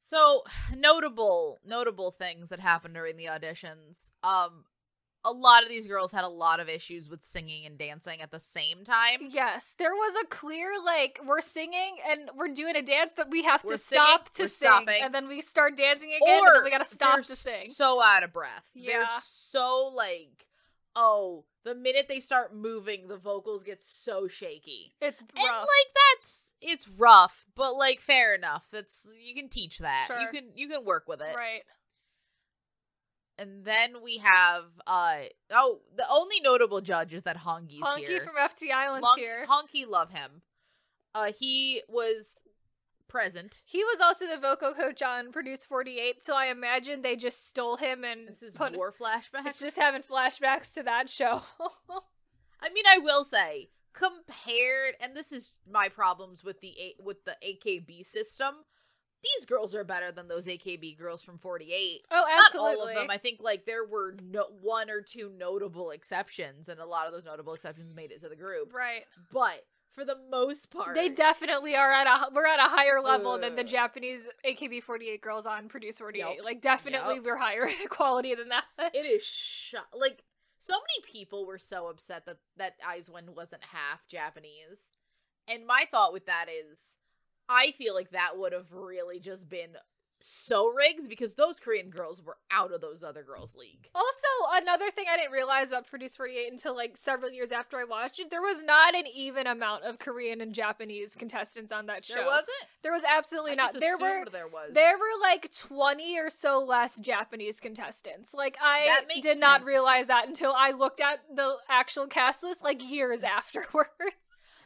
[SPEAKER 2] So notable, notable things that happened during the auditions. Um, a lot of these girls had a lot of issues with singing and dancing at the same time.
[SPEAKER 1] Yes, there was a clear like we're singing and we're doing a dance, but we have
[SPEAKER 2] We're
[SPEAKER 1] to
[SPEAKER 2] singing,
[SPEAKER 1] stop to
[SPEAKER 2] we're
[SPEAKER 1] sing,
[SPEAKER 2] stopping.
[SPEAKER 1] and then we start dancing again, and then we gotta stop
[SPEAKER 2] they're
[SPEAKER 1] to sing.
[SPEAKER 2] So out of breath. They're
[SPEAKER 1] Yeah.
[SPEAKER 2] so like, oh, the minute they start moving, the vocals get so shaky.
[SPEAKER 1] It's
[SPEAKER 2] And
[SPEAKER 1] rough.
[SPEAKER 2] like that's it's rough, but like fair enough. That's you can teach that. You
[SPEAKER 1] Sure.
[SPEAKER 2] can you can work with it.
[SPEAKER 1] right.
[SPEAKER 2] And then we have uh oh the only notable judge is that Hongi's
[SPEAKER 1] Honky
[SPEAKER 2] here.
[SPEAKER 1] from FT Island's
[SPEAKER 2] Honk-
[SPEAKER 1] here.
[SPEAKER 2] Honky love him. Uh he was present.
[SPEAKER 1] He was also the vocal coach on Produce 48, so I imagine they just stole him and
[SPEAKER 2] This is
[SPEAKER 1] put.
[SPEAKER 2] war flashbacks.
[SPEAKER 1] It's just having flashbacks to that show.
[SPEAKER 2] I mean I will say compared and this is my problems with the A- with the AKB system. These girls are better than those AKB girls from 48.
[SPEAKER 1] oh,
[SPEAKER 2] Not all
[SPEAKER 1] absolutely.
[SPEAKER 2] of them. I think like there were no- one or two notable exceptions, and a lot of those notable exceptions made it to the group.
[SPEAKER 1] right.
[SPEAKER 2] But for the most part,
[SPEAKER 1] They definitely are at a we're at a higher level than the
[SPEAKER 2] Ugh.
[SPEAKER 1] Japanese AKB48 girls on Produce 48.
[SPEAKER 2] Yep.
[SPEAKER 1] Like definitely
[SPEAKER 2] Yep.
[SPEAKER 1] we're higher in quality than that.
[SPEAKER 2] it is sh- like so many people were so upset that that Aizwan wasn't half Japanese, and my thought with that is, I feel like that would have really just been so rigged because those Korean girls were out of those other girls' league.
[SPEAKER 1] Also, another thing I didn't realize about Produce 48 until like several years after I watched it, there was not an even amount of Korean and Japanese contestants on that show.
[SPEAKER 2] There wasn't.
[SPEAKER 1] There was absolutely
[SPEAKER 2] I
[SPEAKER 1] not.
[SPEAKER 2] just
[SPEAKER 1] There were
[SPEAKER 2] assumed there was.
[SPEAKER 1] there were like 20 or so less Japanese contestants. Like I
[SPEAKER 2] That makes
[SPEAKER 1] did not
[SPEAKER 2] sense.
[SPEAKER 1] realize that until I looked at the actual cast list like years afterwards.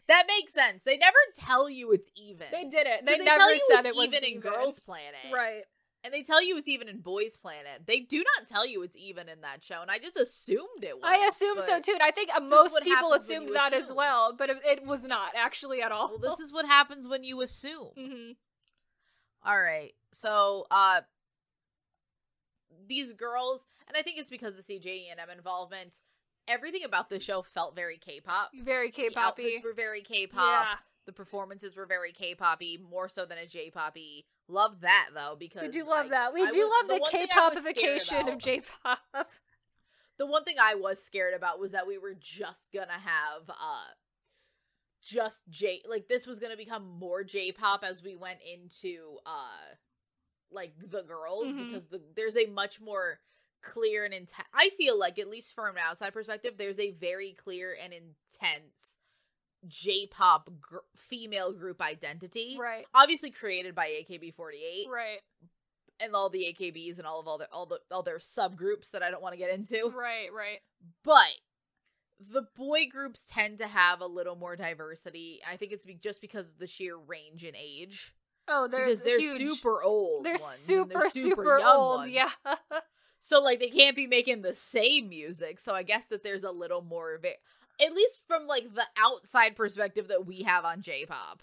[SPEAKER 2] That makes sense. They never tell you it's even.
[SPEAKER 1] they did it.
[SPEAKER 2] 'Cause
[SPEAKER 1] They, never
[SPEAKER 2] tell you
[SPEAKER 1] said
[SPEAKER 2] it's
[SPEAKER 1] it was
[SPEAKER 2] even in Girls Planet,
[SPEAKER 1] Right.
[SPEAKER 2] And they tell you it's even in Boys Planet. They do not tell you it's even in that show, and I just assumed it was.
[SPEAKER 1] I assume so
[SPEAKER 2] but-
[SPEAKER 1] too, and I think uh,
[SPEAKER 2] is
[SPEAKER 1] most
[SPEAKER 2] what
[SPEAKER 1] people
[SPEAKER 2] happens when
[SPEAKER 1] assumed
[SPEAKER 2] you
[SPEAKER 1] that as
[SPEAKER 2] assume.
[SPEAKER 1] well, but it- it was not actually at all.
[SPEAKER 2] Well, this is what happens when you assume.
[SPEAKER 1] hmm
[SPEAKER 2] All right. So, uh these girls, and I think it's because of the CJ and M involvement. Everything about the show felt very K-pop.
[SPEAKER 1] very
[SPEAKER 2] The
[SPEAKER 1] K-poppy.
[SPEAKER 2] outfits were very K-pop.
[SPEAKER 1] Yeah,
[SPEAKER 2] The performances were very K-poppy, more so than a J-poppy. Love that though, because
[SPEAKER 1] we do love
[SPEAKER 2] I-
[SPEAKER 1] that. We
[SPEAKER 2] I
[SPEAKER 1] do
[SPEAKER 2] was-
[SPEAKER 1] love the
[SPEAKER 2] one thing I was scared
[SPEAKER 1] K-popification of
[SPEAKER 2] about-
[SPEAKER 1] J-pop.
[SPEAKER 2] The one thing I was scared about was that we were just gonna have uh just J like this was gonna become more J pop as we went into uh like the girls
[SPEAKER 1] Mhm.
[SPEAKER 2] because the, there's a much more clear and intense I feel like at least from an outside perspective, there's a very clear and intense J-pop gr- female group identity.
[SPEAKER 1] Right.
[SPEAKER 2] Obviously created by AKB48
[SPEAKER 1] Right.
[SPEAKER 2] and all the AKBs and all of all their all the all their subgroups that I don't want to get into.
[SPEAKER 1] Right. Right.
[SPEAKER 2] But the boy groups tend to have a little more diversity. I think it's be- just because of the sheer range in age.
[SPEAKER 1] Oh, they're
[SPEAKER 2] because they're
[SPEAKER 1] huge.
[SPEAKER 2] super old.
[SPEAKER 1] They're
[SPEAKER 2] ones and
[SPEAKER 1] super,
[SPEAKER 2] they're
[SPEAKER 1] super,
[SPEAKER 2] young
[SPEAKER 1] old.
[SPEAKER 2] ones.
[SPEAKER 1] Yeah.
[SPEAKER 2] So like they can't be making the same music. So I guess that there's a little more of it, at least from like the outside perspective that we have on J-pop.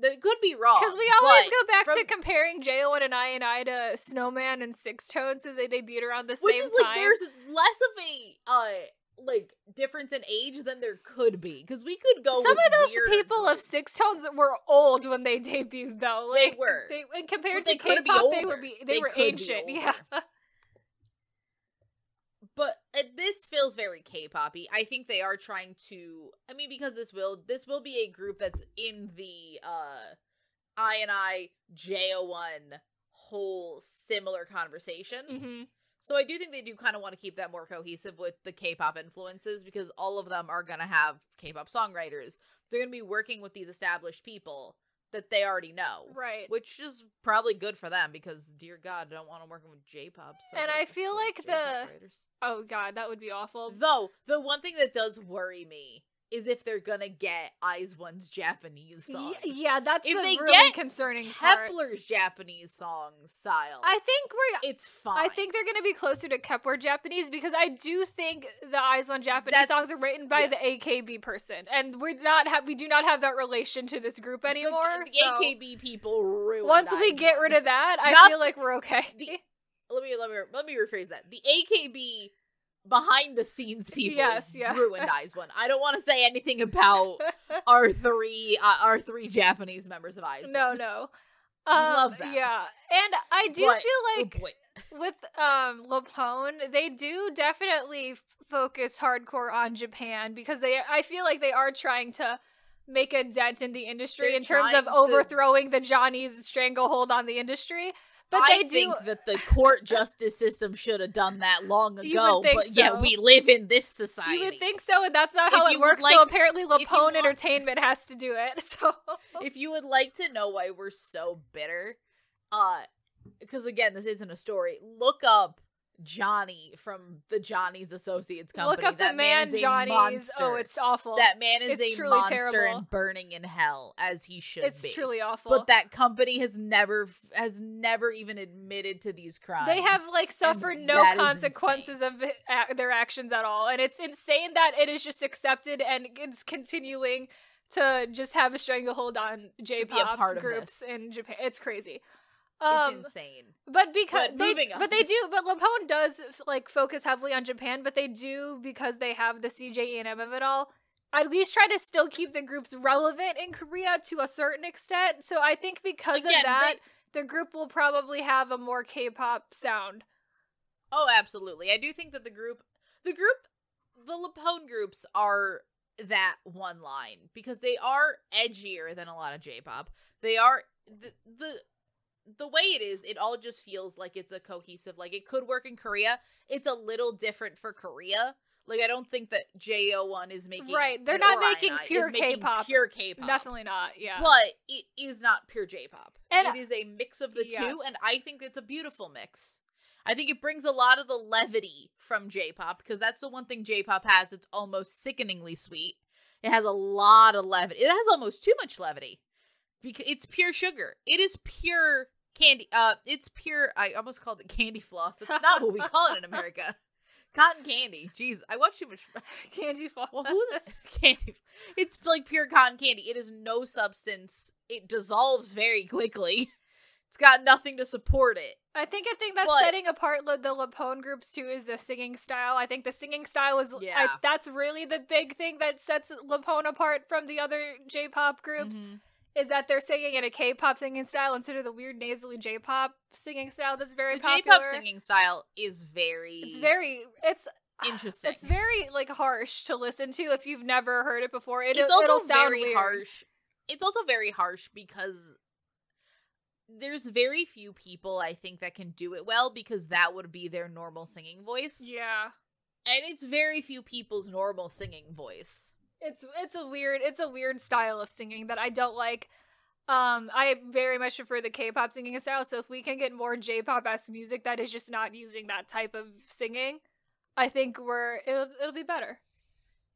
[SPEAKER 2] That could be wrong
[SPEAKER 1] Because we always
[SPEAKER 2] but-
[SPEAKER 1] go back to
[SPEAKER 2] from-
[SPEAKER 1] comparing J-Lo and I and I to Snowman and Six Tones because they debuted around the
[SPEAKER 2] which
[SPEAKER 1] same
[SPEAKER 2] is like
[SPEAKER 1] time.
[SPEAKER 2] there's less of a uh like difference in age than there could be because we could go
[SPEAKER 1] Some
[SPEAKER 2] with
[SPEAKER 1] of those
[SPEAKER 2] weirder
[SPEAKER 1] people of
[SPEAKER 2] groups.
[SPEAKER 1] Six Tones were old when they debuted, though.
[SPEAKER 2] They
[SPEAKER 1] Like,
[SPEAKER 2] were.
[SPEAKER 1] They, and compared
[SPEAKER 2] But they
[SPEAKER 1] to
[SPEAKER 2] could be
[SPEAKER 1] K-pop, they were
[SPEAKER 2] older.
[SPEAKER 1] be, they,
[SPEAKER 2] They
[SPEAKER 1] were
[SPEAKER 2] could be
[SPEAKER 1] ancient. Yeah.
[SPEAKER 2] but uh, this feels very K-poppy. I think they are trying to. I mean, because this will this will be a group that's in the uh, I and I Jo one whole similar conversation.
[SPEAKER 1] hmm
[SPEAKER 2] So I do think they do kind of want to keep that more cohesive with the K-pop influences because all of them are going to have K-pop songwriters. They're going to be working with these established people that they already know.
[SPEAKER 1] Right.
[SPEAKER 2] Which is probably good for them because dear god, I don't want to work with J-pop.
[SPEAKER 1] And I
[SPEAKER 2] songwriters,
[SPEAKER 1] feel like
[SPEAKER 2] J-pop
[SPEAKER 1] the-
[SPEAKER 2] writers.
[SPEAKER 1] Oh God, that would be awful.
[SPEAKER 2] Though the one thing that does worry me is if they're gonna get Eyes One's Japanese songs.
[SPEAKER 1] Y- yeah, that's
[SPEAKER 2] If
[SPEAKER 1] the
[SPEAKER 2] they
[SPEAKER 1] really
[SPEAKER 2] get
[SPEAKER 1] concerning part.
[SPEAKER 2] Kepler's Japanese song style.
[SPEAKER 1] I think we're.
[SPEAKER 2] it's fine.
[SPEAKER 1] I think they're going to be closer to Kepler Japanese because I do think the Eyes One Japanese
[SPEAKER 2] That's-
[SPEAKER 1] songs are written by
[SPEAKER 2] yeah.
[SPEAKER 1] the AKB person, and we're not have we do not have that relation to this group
[SPEAKER 2] The-
[SPEAKER 1] anymore.
[SPEAKER 2] The,
[SPEAKER 1] so
[SPEAKER 2] AKB people ruined.
[SPEAKER 1] once we
[SPEAKER 2] Eyes
[SPEAKER 1] get
[SPEAKER 2] One.
[SPEAKER 1] rid of that, I
[SPEAKER 2] Not
[SPEAKER 1] feel like we're okay.
[SPEAKER 2] the- let me let me let me rephrase that. The AKB behind the scenes people
[SPEAKER 1] Yes, yeah.
[SPEAKER 2] ruined Eyes One. I don't want to say anything about our three uh, our three Japanese members of Eyes.
[SPEAKER 1] no,
[SPEAKER 2] One.
[SPEAKER 1] no.
[SPEAKER 2] We
[SPEAKER 1] Um,
[SPEAKER 2] love them.
[SPEAKER 1] Yeah, and I do
[SPEAKER 2] But-
[SPEAKER 1] feel
[SPEAKER 2] Oh
[SPEAKER 1] like
[SPEAKER 2] boy.
[SPEAKER 1] with um Lapone, they do definitely f- focus hardcore on Japan because they I feel like they are trying to make a dent in the industry
[SPEAKER 2] They're
[SPEAKER 1] in terms of
[SPEAKER 2] trying to-
[SPEAKER 1] overthrowing the Johnny's stranglehold on the industry. But
[SPEAKER 2] I
[SPEAKER 1] they do
[SPEAKER 2] think that the court justice system should have done that long
[SPEAKER 1] You would
[SPEAKER 2] ago.
[SPEAKER 1] think
[SPEAKER 2] But
[SPEAKER 1] so.
[SPEAKER 2] yet we live in this society.
[SPEAKER 1] you would think so, and that's not how it
[SPEAKER 2] If you would
[SPEAKER 1] works. so
[SPEAKER 2] like-
[SPEAKER 1] apparently,
[SPEAKER 2] you
[SPEAKER 1] Lapone
[SPEAKER 2] want-
[SPEAKER 1] Entertainment has to do it. So
[SPEAKER 2] if you would like to know why we're so bitter, uh, because again, this isn't a story. Look up Johnny from the Johnny's Associates company.
[SPEAKER 1] look up the
[SPEAKER 2] That
[SPEAKER 1] man,
[SPEAKER 2] is a
[SPEAKER 1] Johnny's. Oh,
[SPEAKER 2] monster.
[SPEAKER 1] it's awful.
[SPEAKER 2] that man is
[SPEAKER 1] it's
[SPEAKER 2] a
[SPEAKER 1] truly
[SPEAKER 2] monster
[SPEAKER 1] terrible.
[SPEAKER 2] and burning in hell as he should
[SPEAKER 1] it's
[SPEAKER 2] be.
[SPEAKER 1] truly awful.
[SPEAKER 2] But that company has never has never even admitted to these crimes.
[SPEAKER 1] They have like suffered no
[SPEAKER 2] that is
[SPEAKER 1] consequences of a- their actions at all, and it's insane that it is just accepted and it's continuing to just have a stranglehold on
[SPEAKER 2] be a
[SPEAKER 1] J-pop
[SPEAKER 2] part of
[SPEAKER 1] groups in Japan. It's crazy.
[SPEAKER 2] it's
[SPEAKER 1] Um,
[SPEAKER 2] insane.
[SPEAKER 1] but because
[SPEAKER 2] but
[SPEAKER 1] they,
[SPEAKER 2] moving on.
[SPEAKER 1] but they do, but Lampone does f- like focus heavily on Japan, but they do because they have the CJ and M of it all. At least try to still keep the groups relevant in Korea to a certain extent. So I think because
[SPEAKER 2] Again,
[SPEAKER 1] of that,
[SPEAKER 2] they-
[SPEAKER 1] the group will probably have a more K-pop sound.
[SPEAKER 2] Oh, absolutely. I do think that the group, the group, the Lapone groups are that one line because they are edgier than a lot of J-pop. They are the the the way it is. It all just feels like it's a cohesive. Like it could work in Korea. It's a little different for Korea. Like I don't think that Jo one is making
[SPEAKER 1] Right, they're
[SPEAKER 2] and-
[SPEAKER 1] not
[SPEAKER 2] or
[SPEAKER 1] making
[SPEAKER 2] INI is
[SPEAKER 1] pure
[SPEAKER 2] making
[SPEAKER 1] K-pop.
[SPEAKER 2] Pure K-pop.
[SPEAKER 1] Definitely not. Yeah.
[SPEAKER 2] But it is not pure J-pop.
[SPEAKER 1] And-
[SPEAKER 2] it is a mix of the
[SPEAKER 1] Yes.
[SPEAKER 2] two, and I think it's a beautiful mix. I think it brings a lot of the levity from J-pop because that's the one thing J-pop has. It's almost sickeningly sweet. It has a lot of levity. It has almost too much levity because it's pure sugar. It is pure candy. Uh, it's pure. I almost called it candy floss. That's not what we call it in America. Cotton candy. Jeez, I watch too much.
[SPEAKER 1] Candy floss.
[SPEAKER 2] Well, who the candy? It's like pure cotton candy. It is no substance. It dissolves very quickly. It's got nothing to support it.
[SPEAKER 1] I think I think that's
[SPEAKER 2] But-
[SPEAKER 1] setting apart lo- the Lapone groups too is the singing style. I think the singing style is I,
[SPEAKER 2] Yeah.
[SPEAKER 1] that's really the big thing that sets Lapone apart from the other J-pop groups
[SPEAKER 2] Mm-hmm.
[SPEAKER 1] is that they're singing in a K-pop singing style instead of the weird nasally J-pop singing style that's very
[SPEAKER 2] The
[SPEAKER 1] popular.
[SPEAKER 2] J-pop singing style is very,
[SPEAKER 1] It's very it's
[SPEAKER 2] interesting.
[SPEAKER 1] it's very like harsh to listen to if you've never heard it before. It,
[SPEAKER 2] it's
[SPEAKER 1] will
[SPEAKER 2] also
[SPEAKER 1] it'll sound
[SPEAKER 2] very
[SPEAKER 1] weird.
[SPEAKER 2] harsh. It's also very harsh because there's very few people I think that can do it well because that would be their normal singing voice,
[SPEAKER 1] Yeah.
[SPEAKER 2] and it's very few people's normal singing voice.
[SPEAKER 1] It's it's a weird it's a weird style of singing that I don't like. Um, I very much prefer the K-pop singing style. So if we can get more J-pop esque music that is just not using that type of singing, I think we're it'll it'll be better.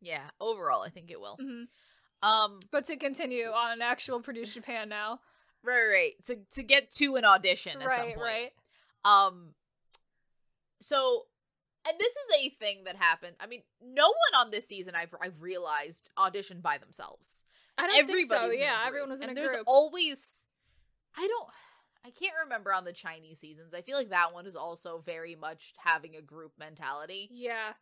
[SPEAKER 2] Yeah, overall, I think it will.
[SPEAKER 1] hmm
[SPEAKER 2] Um,
[SPEAKER 1] But to continue on an actual Produce Japan now,
[SPEAKER 2] right, right, right. To to get to an audition at some
[SPEAKER 1] right,
[SPEAKER 2] point.
[SPEAKER 1] right.
[SPEAKER 2] Um so and this is a thing that happened. I mean, no one on this season I've I've realized auditioned by themselves.
[SPEAKER 1] I don't
[SPEAKER 2] Everybody
[SPEAKER 1] think so.
[SPEAKER 2] was in a
[SPEAKER 1] Yeah,
[SPEAKER 2] group.
[SPEAKER 1] everyone was in
[SPEAKER 2] and
[SPEAKER 1] a
[SPEAKER 2] there's
[SPEAKER 1] group.
[SPEAKER 2] always I don't I can't remember on the Chinese seasons. I feel like that one is also very much having a group mentality.
[SPEAKER 1] yeah,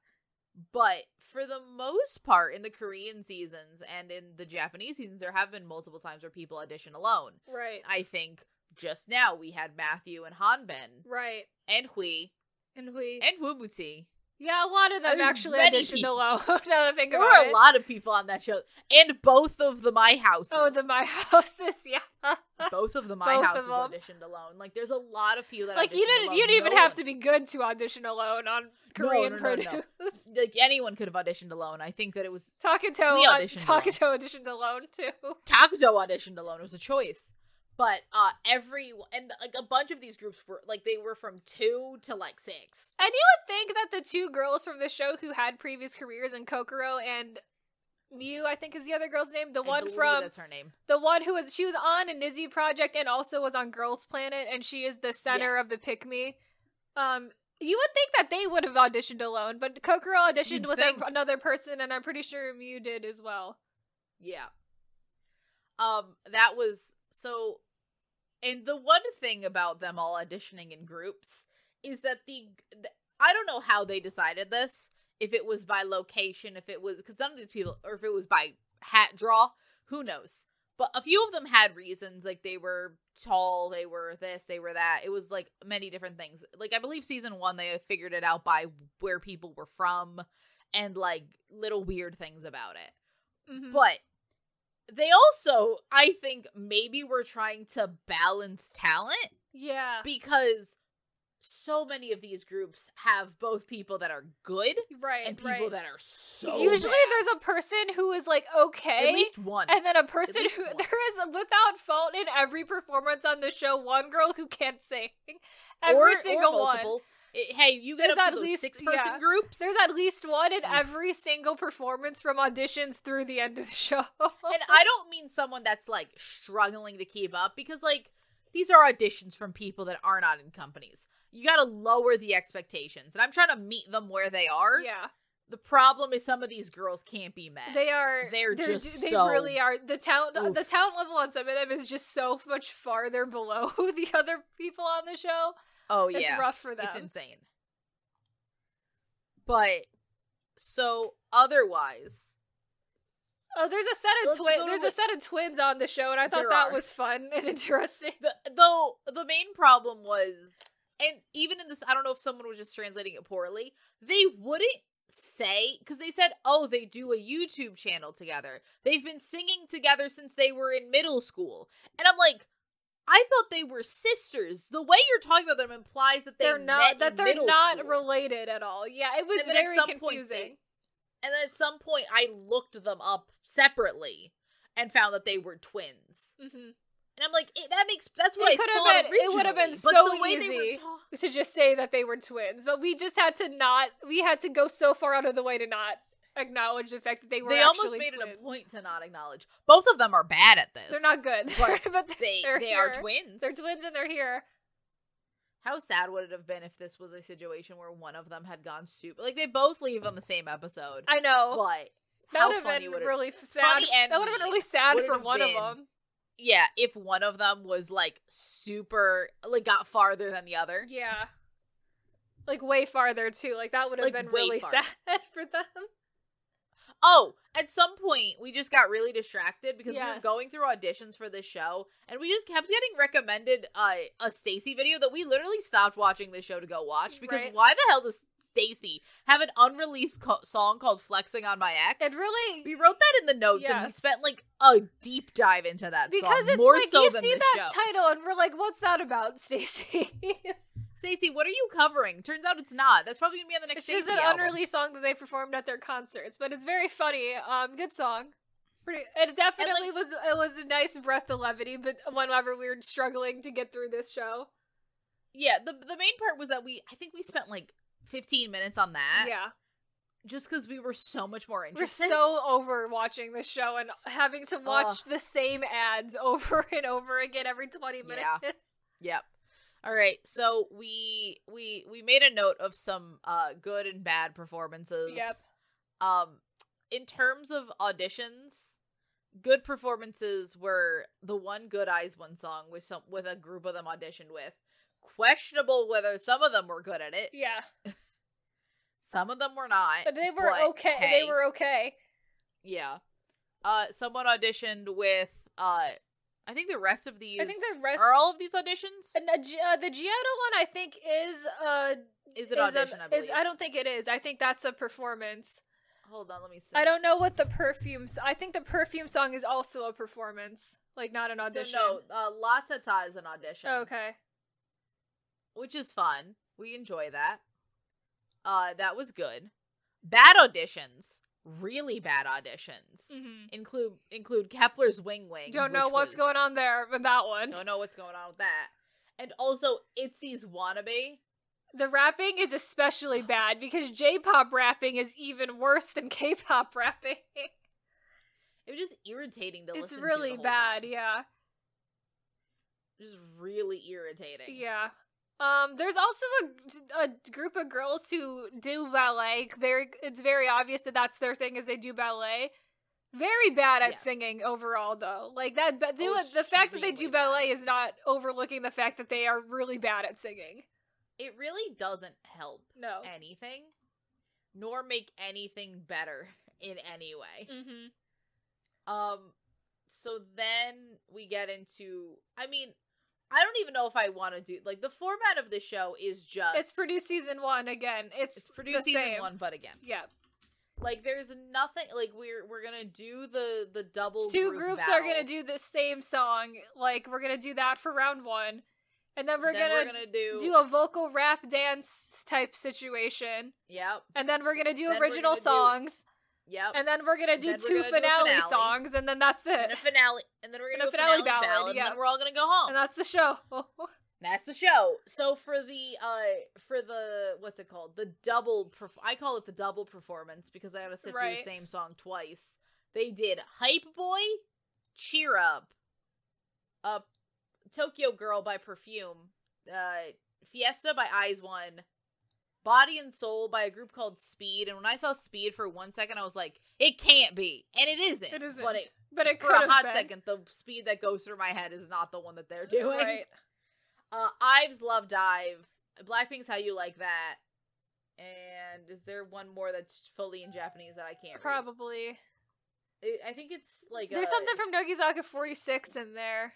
[SPEAKER 2] But for the most part in the Korean seasons and in the Japanese seasons there have been multiple times where people audition alone.
[SPEAKER 1] right,
[SPEAKER 2] I think just now we had Matthew and Hanbin
[SPEAKER 1] right.
[SPEAKER 2] and Hui
[SPEAKER 1] And we
[SPEAKER 2] and Wumuti.
[SPEAKER 1] yeah, a lot of them
[SPEAKER 2] There's
[SPEAKER 1] actually
[SPEAKER 2] many
[SPEAKER 1] auditioned
[SPEAKER 2] people.
[SPEAKER 1] alone. now that I think
[SPEAKER 2] There
[SPEAKER 1] about
[SPEAKER 2] were a
[SPEAKER 1] it.
[SPEAKER 2] lot of people on that show, and both of the My Houses.
[SPEAKER 1] Oh, the my houses, yeah.
[SPEAKER 2] both of the My
[SPEAKER 1] Both of
[SPEAKER 2] Houses
[SPEAKER 1] them.
[SPEAKER 2] auditioned alone. Like, there's a lot of people that
[SPEAKER 1] like you
[SPEAKER 2] auditioned
[SPEAKER 1] didn't
[SPEAKER 2] alone.
[SPEAKER 1] you didn't
[SPEAKER 2] No
[SPEAKER 1] even have
[SPEAKER 2] one-
[SPEAKER 1] to be good to audition alone on
[SPEAKER 2] No,
[SPEAKER 1] Korean
[SPEAKER 2] no, no, no.
[SPEAKER 1] produce.
[SPEAKER 2] Like anyone could have auditioned alone. I think that it was
[SPEAKER 1] Taketo
[SPEAKER 2] We
[SPEAKER 1] uh,
[SPEAKER 2] auditioned
[SPEAKER 1] Taketo auditioned alone too.
[SPEAKER 2] Takuto auditioned alone. It was a choice, but uh, every and like a bunch of these groups were like they were from two to like six.
[SPEAKER 1] And you would think that the two girls from the show who had previous careers in Kokoro and Miu, I think is the other girl's name, the
[SPEAKER 2] I
[SPEAKER 1] one
[SPEAKER 2] believe
[SPEAKER 1] from
[SPEAKER 2] that's her name.
[SPEAKER 1] the one who was she was on a Nizzy project and also was on Girls Planet, and she is the center
[SPEAKER 2] Yes.
[SPEAKER 1] of the Pick Me. Um, you would think that they would have auditioned alone, but Kokoro auditioned
[SPEAKER 2] You'd
[SPEAKER 1] with
[SPEAKER 2] think.
[SPEAKER 1] a, another person, and I'm pretty sure Miu did as well.
[SPEAKER 2] Yeah. Um, that was so and the one thing about them all auditioning in groups is that the, the I don't know how they decided this, if it was by location, if it was cuz none of these people or if it was by hat draw, who knows. But a few of them had reasons like they were tall, they were this, they were that. It was like many different things. Like I believe season 1 they figured it out by where people were from and like little weird things about it.
[SPEAKER 1] Mhm.
[SPEAKER 2] But they also, I think, maybe were trying to balance talent
[SPEAKER 1] yeah,
[SPEAKER 2] because so many of these groups have both people that are good
[SPEAKER 1] right,
[SPEAKER 2] and people
[SPEAKER 1] right.
[SPEAKER 2] that are so
[SPEAKER 1] Usually,
[SPEAKER 2] bad.
[SPEAKER 1] there's a person who is like okay,
[SPEAKER 2] at least one.
[SPEAKER 1] and then a person
[SPEAKER 2] least
[SPEAKER 1] who
[SPEAKER 2] one.
[SPEAKER 1] there is without fault in every performance on the show one girl who can't sing. Every
[SPEAKER 2] or, or
[SPEAKER 1] single one.
[SPEAKER 2] multiple. It- hey, you get
[SPEAKER 1] There's
[SPEAKER 2] up
[SPEAKER 1] at
[SPEAKER 2] to those
[SPEAKER 1] least-
[SPEAKER 2] six person
[SPEAKER 1] yeah.
[SPEAKER 2] groups.
[SPEAKER 1] There's at least one in
[SPEAKER 2] Oof.
[SPEAKER 1] every single performance from auditions through the end of the show.
[SPEAKER 2] and I don't mean someone that's like struggling to keep up because like these are auditions from people that are not in companies. You got to lower the expectations. And I'm trying to meet them where they are.
[SPEAKER 1] yeah,
[SPEAKER 2] The problem is some of these girls can't be met.
[SPEAKER 1] they are.
[SPEAKER 2] eh, They're just
[SPEAKER 1] ju- they
[SPEAKER 2] so-
[SPEAKER 1] really are. The talent, the,
[SPEAKER 2] Oof.
[SPEAKER 1] talent level on some of them is just so much farther below the other people on the show.
[SPEAKER 2] oh
[SPEAKER 1] It's
[SPEAKER 2] yeah,
[SPEAKER 1] rough for them.
[SPEAKER 2] it's insane. But so otherwise,
[SPEAKER 1] oh, there's a set of
[SPEAKER 2] Let's go
[SPEAKER 1] twins.
[SPEAKER 2] to
[SPEAKER 1] There's
[SPEAKER 2] the-
[SPEAKER 1] a set of twins on the show, and I thought
[SPEAKER 2] There
[SPEAKER 1] that
[SPEAKER 2] are.
[SPEAKER 1] was fun and interesting.
[SPEAKER 2] the though the main problem was, and even in this, I don't know if someone was just translating it poorly. They wouldn't say because they said, "Oh, they do a YouTube channel together. They've been singing together since they were in middle school," and I'm like. I thought they were sisters. The way you're talking about them implies that they
[SPEAKER 1] they're
[SPEAKER 2] met
[SPEAKER 1] not
[SPEAKER 2] in
[SPEAKER 1] that they're
[SPEAKER 2] middle
[SPEAKER 1] not
[SPEAKER 2] school.
[SPEAKER 1] related at all. Yeah, it was
[SPEAKER 2] And then at
[SPEAKER 1] very
[SPEAKER 2] some point they-
[SPEAKER 1] confusing.
[SPEAKER 2] And then at some point, I looked them up separately and found that they were twins.
[SPEAKER 1] Mhm.
[SPEAKER 2] And I'm like, it, that makes that's what
[SPEAKER 1] It
[SPEAKER 2] I
[SPEAKER 1] could've
[SPEAKER 2] thought
[SPEAKER 1] been-
[SPEAKER 2] originally.
[SPEAKER 1] it would've been
[SPEAKER 2] but
[SPEAKER 1] so
[SPEAKER 2] the way They
[SPEAKER 1] easy.
[SPEAKER 2] were talk-
[SPEAKER 1] To just say that they were twins, but we just had to not. We had to go so far out of the way to not acknowledge the fact that they were.
[SPEAKER 2] they
[SPEAKER 1] actually
[SPEAKER 2] almost made
[SPEAKER 1] twins.
[SPEAKER 2] it a point to not acknowledge. Both of them are bad at this.
[SPEAKER 1] They're not good,
[SPEAKER 2] But
[SPEAKER 1] but
[SPEAKER 2] They
[SPEAKER 1] they're
[SPEAKER 2] they are
[SPEAKER 1] here.
[SPEAKER 2] twins.
[SPEAKER 1] They're twins and they're here.
[SPEAKER 2] How sad would it have been if this was a situation where one of them had gone super? Like they both leave on the same episode,
[SPEAKER 1] I know.
[SPEAKER 2] but
[SPEAKER 1] that
[SPEAKER 2] how
[SPEAKER 1] would have
[SPEAKER 2] funny
[SPEAKER 1] been
[SPEAKER 2] would it
[SPEAKER 1] really f- sad.
[SPEAKER 2] funny and
[SPEAKER 1] That would have been
[SPEAKER 2] mean.
[SPEAKER 1] really sad
[SPEAKER 2] Would it
[SPEAKER 1] for
[SPEAKER 2] have
[SPEAKER 1] one
[SPEAKER 2] been?
[SPEAKER 1] of them.
[SPEAKER 2] yeah if one of them was like super like got farther than the other?
[SPEAKER 1] Yeah. Like way farther too. Like that would have
[SPEAKER 2] Like,
[SPEAKER 1] been
[SPEAKER 2] way
[SPEAKER 1] really
[SPEAKER 2] farther.
[SPEAKER 1] sad for them.
[SPEAKER 2] Oh, at some point we just got really distracted because we were
[SPEAKER 1] Yes.
[SPEAKER 2] going through auditions for this show, and we just kept getting recommended uh, a Stacy video that we literally stopped watching the show to go watch because
[SPEAKER 1] Right.
[SPEAKER 2] why the hell does Stacy have an unreleased co- song called "Flexing on My Ex"?
[SPEAKER 1] It really
[SPEAKER 2] we wrote that in the notes, and we
[SPEAKER 1] Yes.
[SPEAKER 2] spent like a deep dive into that song,
[SPEAKER 1] because it's
[SPEAKER 2] more
[SPEAKER 1] like
[SPEAKER 2] so
[SPEAKER 1] you
[SPEAKER 2] than
[SPEAKER 1] see
[SPEAKER 2] the
[SPEAKER 1] that
[SPEAKER 2] show.
[SPEAKER 1] title and we're like, what's that about, Stacey?
[SPEAKER 2] Stacey, what are you covering? Turns out it's not. That's probably gonna be on the next.
[SPEAKER 1] It's just
[SPEAKER 2] Stacey
[SPEAKER 1] an
[SPEAKER 2] album.
[SPEAKER 1] unreleased song that they performed at their concerts, but it's very funny. Um, good song. Pretty. It definitely was. It was a nice breath of levity, but whenever we were struggling to get through this show,
[SPEAKER 2] Yeah, the the main part was that we I think we spent like 15 minutes on that.
[SPEAKER 1] yeah,
[SPEAKER 2] Just because we were so much more
[SPEAKER 1] we're
[SPEAKER 2] interested.
[SPEAKER 1] so over watching this show and having to watch
[SPEAKER 2] Ugh.
[SPEAKER 1] the same ads over and over again every twenty minutes.
[SPEAKER 2] Yeah. Yep. All right. So we we we made a note of some uh good and bad performances.
[SPEAKER 1] Yep.
[SPEAKER 2] Um in terms of auditions, good performances were the one good eyes one song with some with a group of them auditioned with. Questionable whether some of them were good at it.
[SPEAKER 1] Yeah,
[SPEAKER 2] Some of them were not.
[SPEAKER 1] but they were
[SPEAKER 2] But,
[SPEAKER 1] okay.
[SPEAKER 2] hey.
[SPEAKER 1] They were okay.
[SPEAKER 2] Yeah. Uh someone auditioned with uh I think the rest of these
[SPEAKER 1] I think the rest.
[SPEAKER 2] are all of these auditions?
[SPEAKER 1] and, uh, G- uh, the Giotto one, I think, is uh,
[SPEAKER 2] Is
[SPEAKER 1] is,
[SPEAKER 2] it
[SPEAKER 1] um,
[SPEAKER 2] audition, I believe.
[SPEAKER 1] is I don't think it is. I think that's a performance.
[SPEAKER 2] Hold on, let me see.
[SPEAKER 1] I don't know what the perfumes. I think the perfume song is also a performance, like not an audition.
[SPEAKER 2] So no, uh, La Ta Ta is an audition.
[SPEAKER 1] Oh, okay.
[SPEAKER 2] Which is fun. We enjoy that. Uh, that was good. Bad auditions, really bad auditions,
[SPEAKER 1] hmm
[SPEAKER 2] include include Kepler's Wing Wing.
[SPEAKER 1] Don't know
[SPEAKER 2] which
[SPEAKER 1] what's
[SPEAKER 2] was-
[SPEAKER 1] going on there with that one.
[SPEAKER 2] Don't know what's going on with that. And also Itzy's Wannabe.
[SPEAKER 1] The rapping is especially bad because J-pop rapping is even worse than K-pop rapping.
[SPEAKER 2] It was just irritating to
[SPEAKER 1] it's
[SPEAKER 2] listen.
[SPEAKER 1] really
[SPEAKER 2] to the whole
[SPEAKER 1] bad.
[SPEAKER 2] Time.
[SPEAKER 1] Yeah.
[SPEAKER 2] Just really irritating.
[SPEAKER 1] Yeah. Um, there's also a, a group of girls who do ballet. Very, it's very obvious that that's their thing is they do ballet. Very bad at
[SPEAKER 2] Yes.
[SPEAKER 1] singing overall, though. Like that, but they,
[SPEAKER 2] Oh,
[SPEAKER 1] would- the fact that they do
[SPEAKER 2] extremely bad.
[SPEAKER 1] ballet is not overlooking the fact that they are really bad at singing.
[SPEAKER 2] It really doesn't help
[SPEAKER 1] No.
[SPEAKER 2] anything, nor make anything better in any way.
[SPEAKER 1] hmm
[SPEAKER 2] Um, so then we get into. I mean, I don't even know if I want to do like the format of the show is just
[SPEAKER 1] It's produced season one again. It's,
[SPEAKER 2] Uh, It's produced
[SPEAKER 1] the
[SPEAKER 2] season
[SPEAKER 1] same.
[SPEAKER 2] one, but again,
[SPEAKER 1] Yeah,
[SPEAKER 2] like there's nothing like we're we're gonna do the the double
[SPEAKER 1] two
[SPEAKER 2] group
[SPEAKER 1] groups are
[SPEAKER 2] battle.
[SPEAKER 1] gonna do the same song. Like we're gonna do that for round one, and then we're,
[SPEAKER 2] Then
[SPEAKER 1] gonna,
[SPEAKER 2] we're gonna do,
[SPEAKER 1] do a vocal rap dance type situation.
[SPEAKER 2] yep
[SPEAKER 1] and then we're gonna do
[SPEAKER 2] Then we're
[SPEAKER 1] original
[SPEAKER 2] gonna do-
[SPEAKER 1] songs,
[SPEAKER 2] yep
[SPEAKER 1] and then we're gonna do
[SPEAKER 2] Then we're
[SPEAKER 1] 2
[SPEAKER 2] gonna do a
[SPEAKER 1] finale,
[SPEAKER 2] finale.
[SPEAKER 1] songs, and then that's it,
[SPEAKER 2] and a finale and then we're
[SPEAKER 1] and
[SPEAKER 2] gonna
[SPEAKER 1] a
[SPEAKER 2] do
[SPEAKER 1] finale
[SPEAKER 2] a finale
[SPEAKER 1] ballad,
[SPEAKER 2] ballad, and
[SPEAKER 1] yeah.
[SPEAKER 2] then we're all gonna go home.
[SPEAKER 1] and that's the show.
[SPEAKER 2] That's the show. So for the uh for the what's it called? The double perf- I call it the double performance because I had to sit through
[SPEAKER 1] Right.
[SPEAKER 2] the same song twice. They did Hype Boy, Cheer Up, uh Tokyo Girl by Perfume, uh Fiesta by Eyes One, Body and Soul by a group called Speed. And when I saw Speed for one second, I was like, it can't be. And it isn't.
[SPEAKER 1] it isn't,
[SPEAKER 2] But it,
[SPEAKER 1] but it
[SPEAKER 2] for
[SPEAKER 1] could
[SPEAKER 2] a
[SPEAKER 1] have
[SPEAKER 2] hot
[SPEAKER 1] been.
[SPEAKER 2] second, the speed that goes through my head is not the one that they're doing.
[SPEAKER 1] right?
[SPEAKER 2] Uh, Ives Love Dive. Blackpink's How You Like That. And is there one more that's fully in Japanese that I can't? read?
[SPEAKER 1] Probably.
[SPEAKER 2] I- I think it's like
[SPEAKER 1] There's
[SPEAKER 2] a-
[SPEAKER 1] something from Nogizaka 46 in there.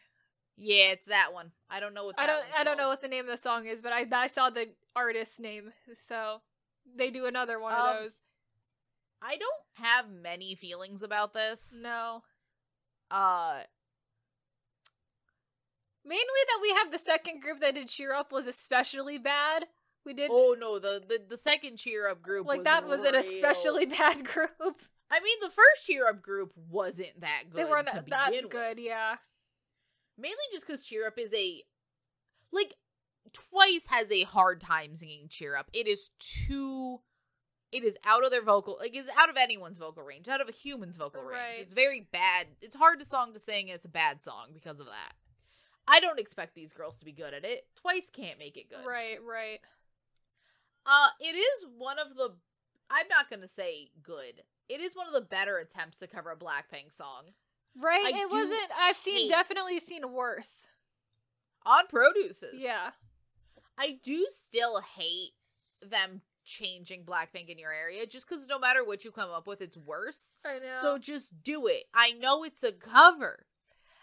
[SPEAKER 2] Yeah, it's that one. I don't know what. That
[SPEAKER 1] I don't,
[SPEAKER 2] one's
[SPEAKER 1] I don't know
[SPEAKER 2] called.
[SPEAKER 1] what the name of the song is, but I, I saw the artist's name, so they do another one
[SPEAKER 2] Um,
[SPEAKER 1] of those.
[SPEAKER 2] I don't have many feelings about this.
[SPEAKER 1] No,
[SPEAKER 2] Uh,
[SPEAKER 1] mainly that we have the second group that did Cheer Up was especially bad. We did
[SPEAKER 2] oh no, the the, the second cheer up group
[SPEAKER 1] like
[SPEAKER 2] was
[SPEAKER 1] that was an
[SPEAKER 2] real-
[SPEAKER 1] especially bad group.
[SPEAKER 2] I mean, the first cheer up group wasn't that good.
[SPEAKER 1] they weren't
[SPEAKER 2] to
[SPEAKER 1] that
[SPEAKER 2] begin with.
[SPEAKER 1] good, yeah.
[SPEAKER 2] mainly just because cheer up is a like twice has a hard time singing cheer up it is too it is out of their vocal like it's out of anyone's vocal range out of a human's vocal
[SPEAKER 1] Right.
[SPEAKER 2] range it's very bad it's hard to song to sing and it's a bad song because of that i don't expect these girls to be good at it twice can't make it good
[SPEAKER 1] Right, right.
[SPEAKER 2] uh it is one of the i'm not gonna say good it is one of the better attempts to cover a blackpink song
[SPEAKER 1] Right?
[SPEAKER 2] I
[SPEAKER 1] it
[SPEAKER 2] do
[SPEAKER 1] wasn't I've seen
[SPEAKER 2] hate-
[SPEAKER 1] definitely seen worse.
[SPEAKER 2] on produces
[SPEAKER 1] Yeah.
[SPEAKER 2] I do still hate them changing Blackpink in your area just because no matter what you come up with, it's worse.
[SPEAKER 1] I know.
[SPEAKER 2] So just do it. I know it's a cover.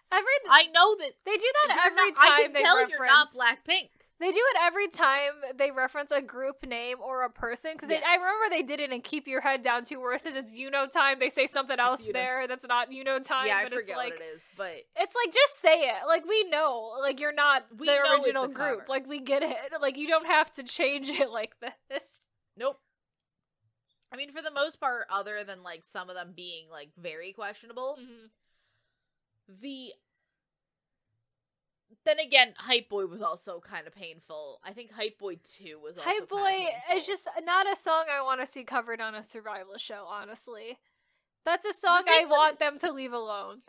[SPEAKER 1] every
[SPEAKER 2] I know that
[SPEAKER 1] they do that
[SPEAKER 2] you're
[SPEAKER 1] every
[SPEAKER 2] not-
[SPEAKER 1] time
[SPEAKER 2] I can
[SPEAKER 1] they
[SPEAKER 2] tell
[SPEAKER 1] reference.
[SPEAKER 2] you're not Blackpink.
[SPEAKER 1] They do it every time they reference a group name or a person. Because I
[SPEAKER 2] Yes.
[SPEAKER 1] remember they did it in Keep Your Head Down too, where since it's Uno time, they say something else
[SPEAKER 2] Uno.
[SPEAKER 1] there that's not Uno time.
[SPEAKER 2] yeah, I
[SPEAKER 1] but
[SPEAKER 2] forget
[SPEAKER 1] it's like,
[SPEAKER 2] what it is, but
[SPEAKER 1] It's like just say it. Like we know. Like you're not
[SPEAKER 2] We
[SPEAKER 1] the
[SPEAKER 2] know it's
[SPEAKER 1] original
[SPEAKER 2] a
[SPEAKER 1] group.
[SPEAKER 2] cover.
[SPEAKER 1] Like we get it. Like you don't have to change it like this.
[SPEAKER 2] nope. I mean, for the most part, other than like some of them being like very questionable,
[SPEAKER 1] Mm-hmm.
[SPEAKER 2] the then again, Hype Boy was also kind of painful. I think Hype Boy Two was also
[SPEAKER 1] Hype
[SPEAKER 2] kinda
[SPEAKER 1] Boy is
[SPEAKER 2] painful.
[SPEAKER 1] just not a song I want to see covered on a survival show, honestly. That's a song
[SPEAKER 2] thing
[SPEAKER 1] I
[SPEAKER 2] that
[SPEAKER 1] want them to leave alone.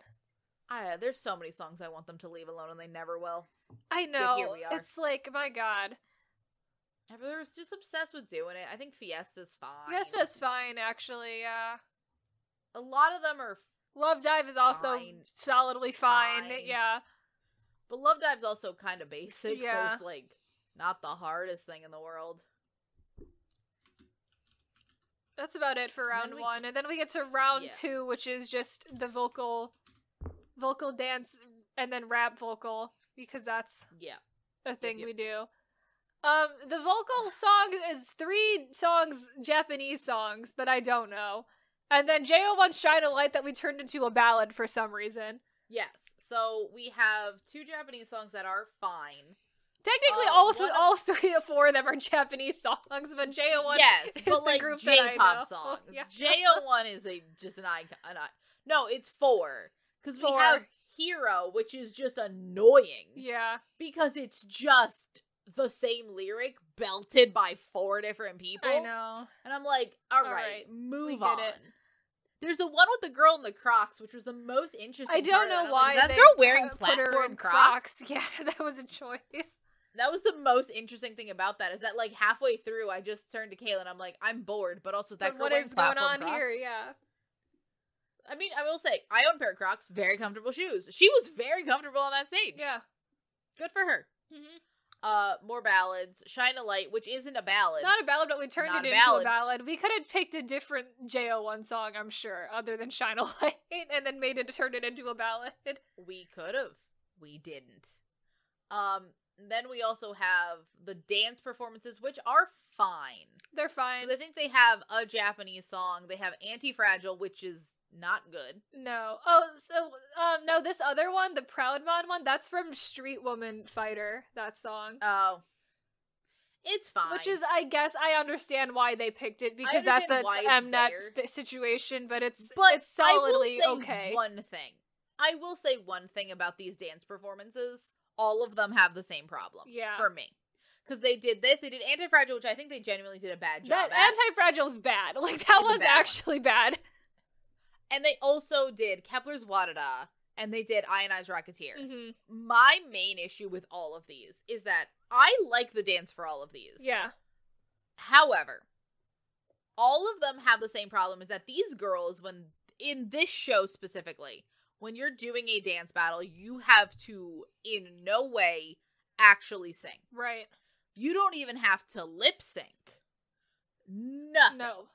[SPEAKER 2] Ah, there's so many songs I want them to leave alone, and they never will.
[SPEAKER 1] I
[SPEAKER 2] But
[SPEAKER 1] know.
[SPEAKER 2] here we are.
[SPEAKER 1] It's like, my God.
[SPEAKER 2] Everyone was just obsessed with doing it. I think Fiesta's fine.
[SPEAKER 1] That's just fine, actually. Yeah.
[SPEAKER 2] a lot of them are,
[SPEAKER 1] Love Dive is also
[SPEAKER 2] Fine.
[SPEAKER 1] solidly fine.
[SPEAKER 2] Fine.
[SPEAKER 1] Yeah.
[SPEAKER 2] but Love Dive's also kind of basic, so
[SPEAKER 1] Yeah.
[SPEAKER 2] it's like not the hardest thing in the world.
[SPEAKER 1] That's about it for
[SPEAKER 2] And then
[SPEAKER 1] round
[SPEAKER 2] we-
[SPEAKER 1] one, and then we get to round
[SPEAKER 2] Yeah.
[SPEAKER 1] two, which is just the vocal, vocal dance, and then rap vocal because that's
[SPEAKER 2] Yeah,
[SPEAKER 1] a thing
[SPEAKER 2] yep.
[SPEAKER 1] we do. Um, the vocal song is three songs, Japanese songs that I don't know, and then Jo wants "Shine a Light" that we turned into a ballad for some reason.
[SPEAKER 2] yes. So we have two Japanese songs that are fine.
[SPEAKER 1] Technically,
[SPEAKER 2] Uh,
[SPEAKER 1] all th-
[SPEAKER 2] one of-
[SPEAKER 1] all three or four of them are Japanese songs, but Jo one
[SPEAKER 2] yes,
[SPEAKER 1] is
[SPEAKER 2] but
[SPEAKER 1] the
[SPEAKER 2] like
[SPEAKER 1] group that I
[SPEAKER 2] J-pop
[SPEAKER 1] know.
[SPEAKER 2] songs.
[SPEAKER 1] Yeah.
[SPEAKER 2] Jo one is a just an icon. An, i- no, it's four because we
[SPEAKER 1] Four.
[SPEAKER 2] have Hero, which is just annoying
[SPEAKER 1] yeah,
[SPEAKER 2] because it's just the same lyric belted by four different people.
[SPEAKER 1] I know.
[SPEAKER 2] And I'm like, all
[SPEAKER 1] All
[SPEAKER 2] right,
[SPEAKER 1] right,
[SPEAKER 2] move
[SPEAKER 1] get
[SPEAKER 2] on.
[SPEAKER 1] it.
[SPEAKER 2] There's the one with the girl in the Crocs, which was the most interesting.
[SPEAKER 1] I
[SPEAKER 2] part
[SPEAKER 1] don't
[SPEAKER 2] of that.
[SPEAKER 1] know
[SPEAKER 2] I'm
[SPEAKER 1] why
[SPEAKER 2] like, is that
[SPEAKER 1] they
[SPEAKER 2] girl wearing
[SPEAKER 1] pu-
[SPEAKER 2] platform
[SPEAKER 1] put her in
[SPEAKER 2] Crocs?
[SPEAKER 1] Crocs. Yeah, that was a choice.
[SPEAKER 2] That was the most interesting thing about that is that like halfway through, I just turned to Kayla and I'm like, I'm bored, but also is that
[SPEAKER 1] Then
[SPEAKER 2] girl
[SPEAKER 1] what
[SPEAKER 2] wearing
[SPEAKER 1] is going
[SPEAKER 2] platform
[SPEAKER 1] on
[SPEAKER 2] Crocs?
[SPEAKER 1] here? Yeah,
[SPEAKER 2] I mean, I will say, I own a pair of Crocs, very comfortable shoes. She was very comfortable on that stage.
[SPEAKER 1] yeah.
[SPEAKER 2] good for her. Uh, more ballads, shine a light, which isn't a ballad.
[SPEAKER 1] It's not a ballad, but we turned
[SPEAKER 2] Not
[SPEAKER 1] it
[SPEAKER 2] a
[SPEAKER 1] into
[SPEAKER 2] ballad.
[SPEAKER 1] a ballad. We could have picked a different Jo one song, I'm sure, other than "Shine a Light," and then made it turned it into a ballad.
[SPEAKER 2] We could have. We didn't. Um, then we also have the dance performances, which are fine.
[SPEAKER 1] They're
[SPEAKER 2] 'Cause
[SPEAKER 1] fine.
[SPEAKER 2] I think they have a Japanese song. They have Anti Fragile, which is not good.
[SPEAKER 1] No. Oh, so um, no, this other one, the Proud Mon one, that's from Street Woman Fighter. That song.
[SPEAKER 2] Oh. it's fine.
[SPEAKER 1] Which is, I guess, I understand why they picked it because that's
[SPEAKER 2] understand
[SPEAKER 1] a
[SPEAKER 2] why it's
[SPEAKER 1] Mnet
[SPEAKER 2] there.
[SPEAKER 1] st- situation, but it's
[SPEAKER 2] but
[SPEAKER 1] it's solidly
[SPEAKER 2] I will say
[SPEAKER 1] okay.
[SPEAKER 2] One thing. I will say one thing about these dance performances. All of them have the same problem.
[SPEAKER 1] Yeah.
[SPEAKER 2] For me. Because they did this, they did Anti Fragile, which I think they genuinely did a bad job
[SPEAKER 1] That
[SPEAKER 2] at.
[SPEAKER 1] anti fragile's bad. Like that
[SPEAKER 2] It's a
[SPEAKER 1] one's
[SPEAKER 2] bad one.
[SPEAKER 1] actually bad.
[SPEAKER 2] and they also did Kepler's Wadada, and they did Ionized Rocketeer.
[SPEAKER 1] hmm
[SPEAKER 2] My main issue with all of these is that I like the dance for all of these.
[SPEAKER 1] Yeah,
[SPEAKER 2] However, all of them have the same problem is that these girls, when in this show specifically, when you're doing a dance battle, you have to in no way actually sing.
[SPEAKER 1] right.
[SPEAKER 2] You don't even have to lip sync. Nothing.
[SPEAKER 1] No,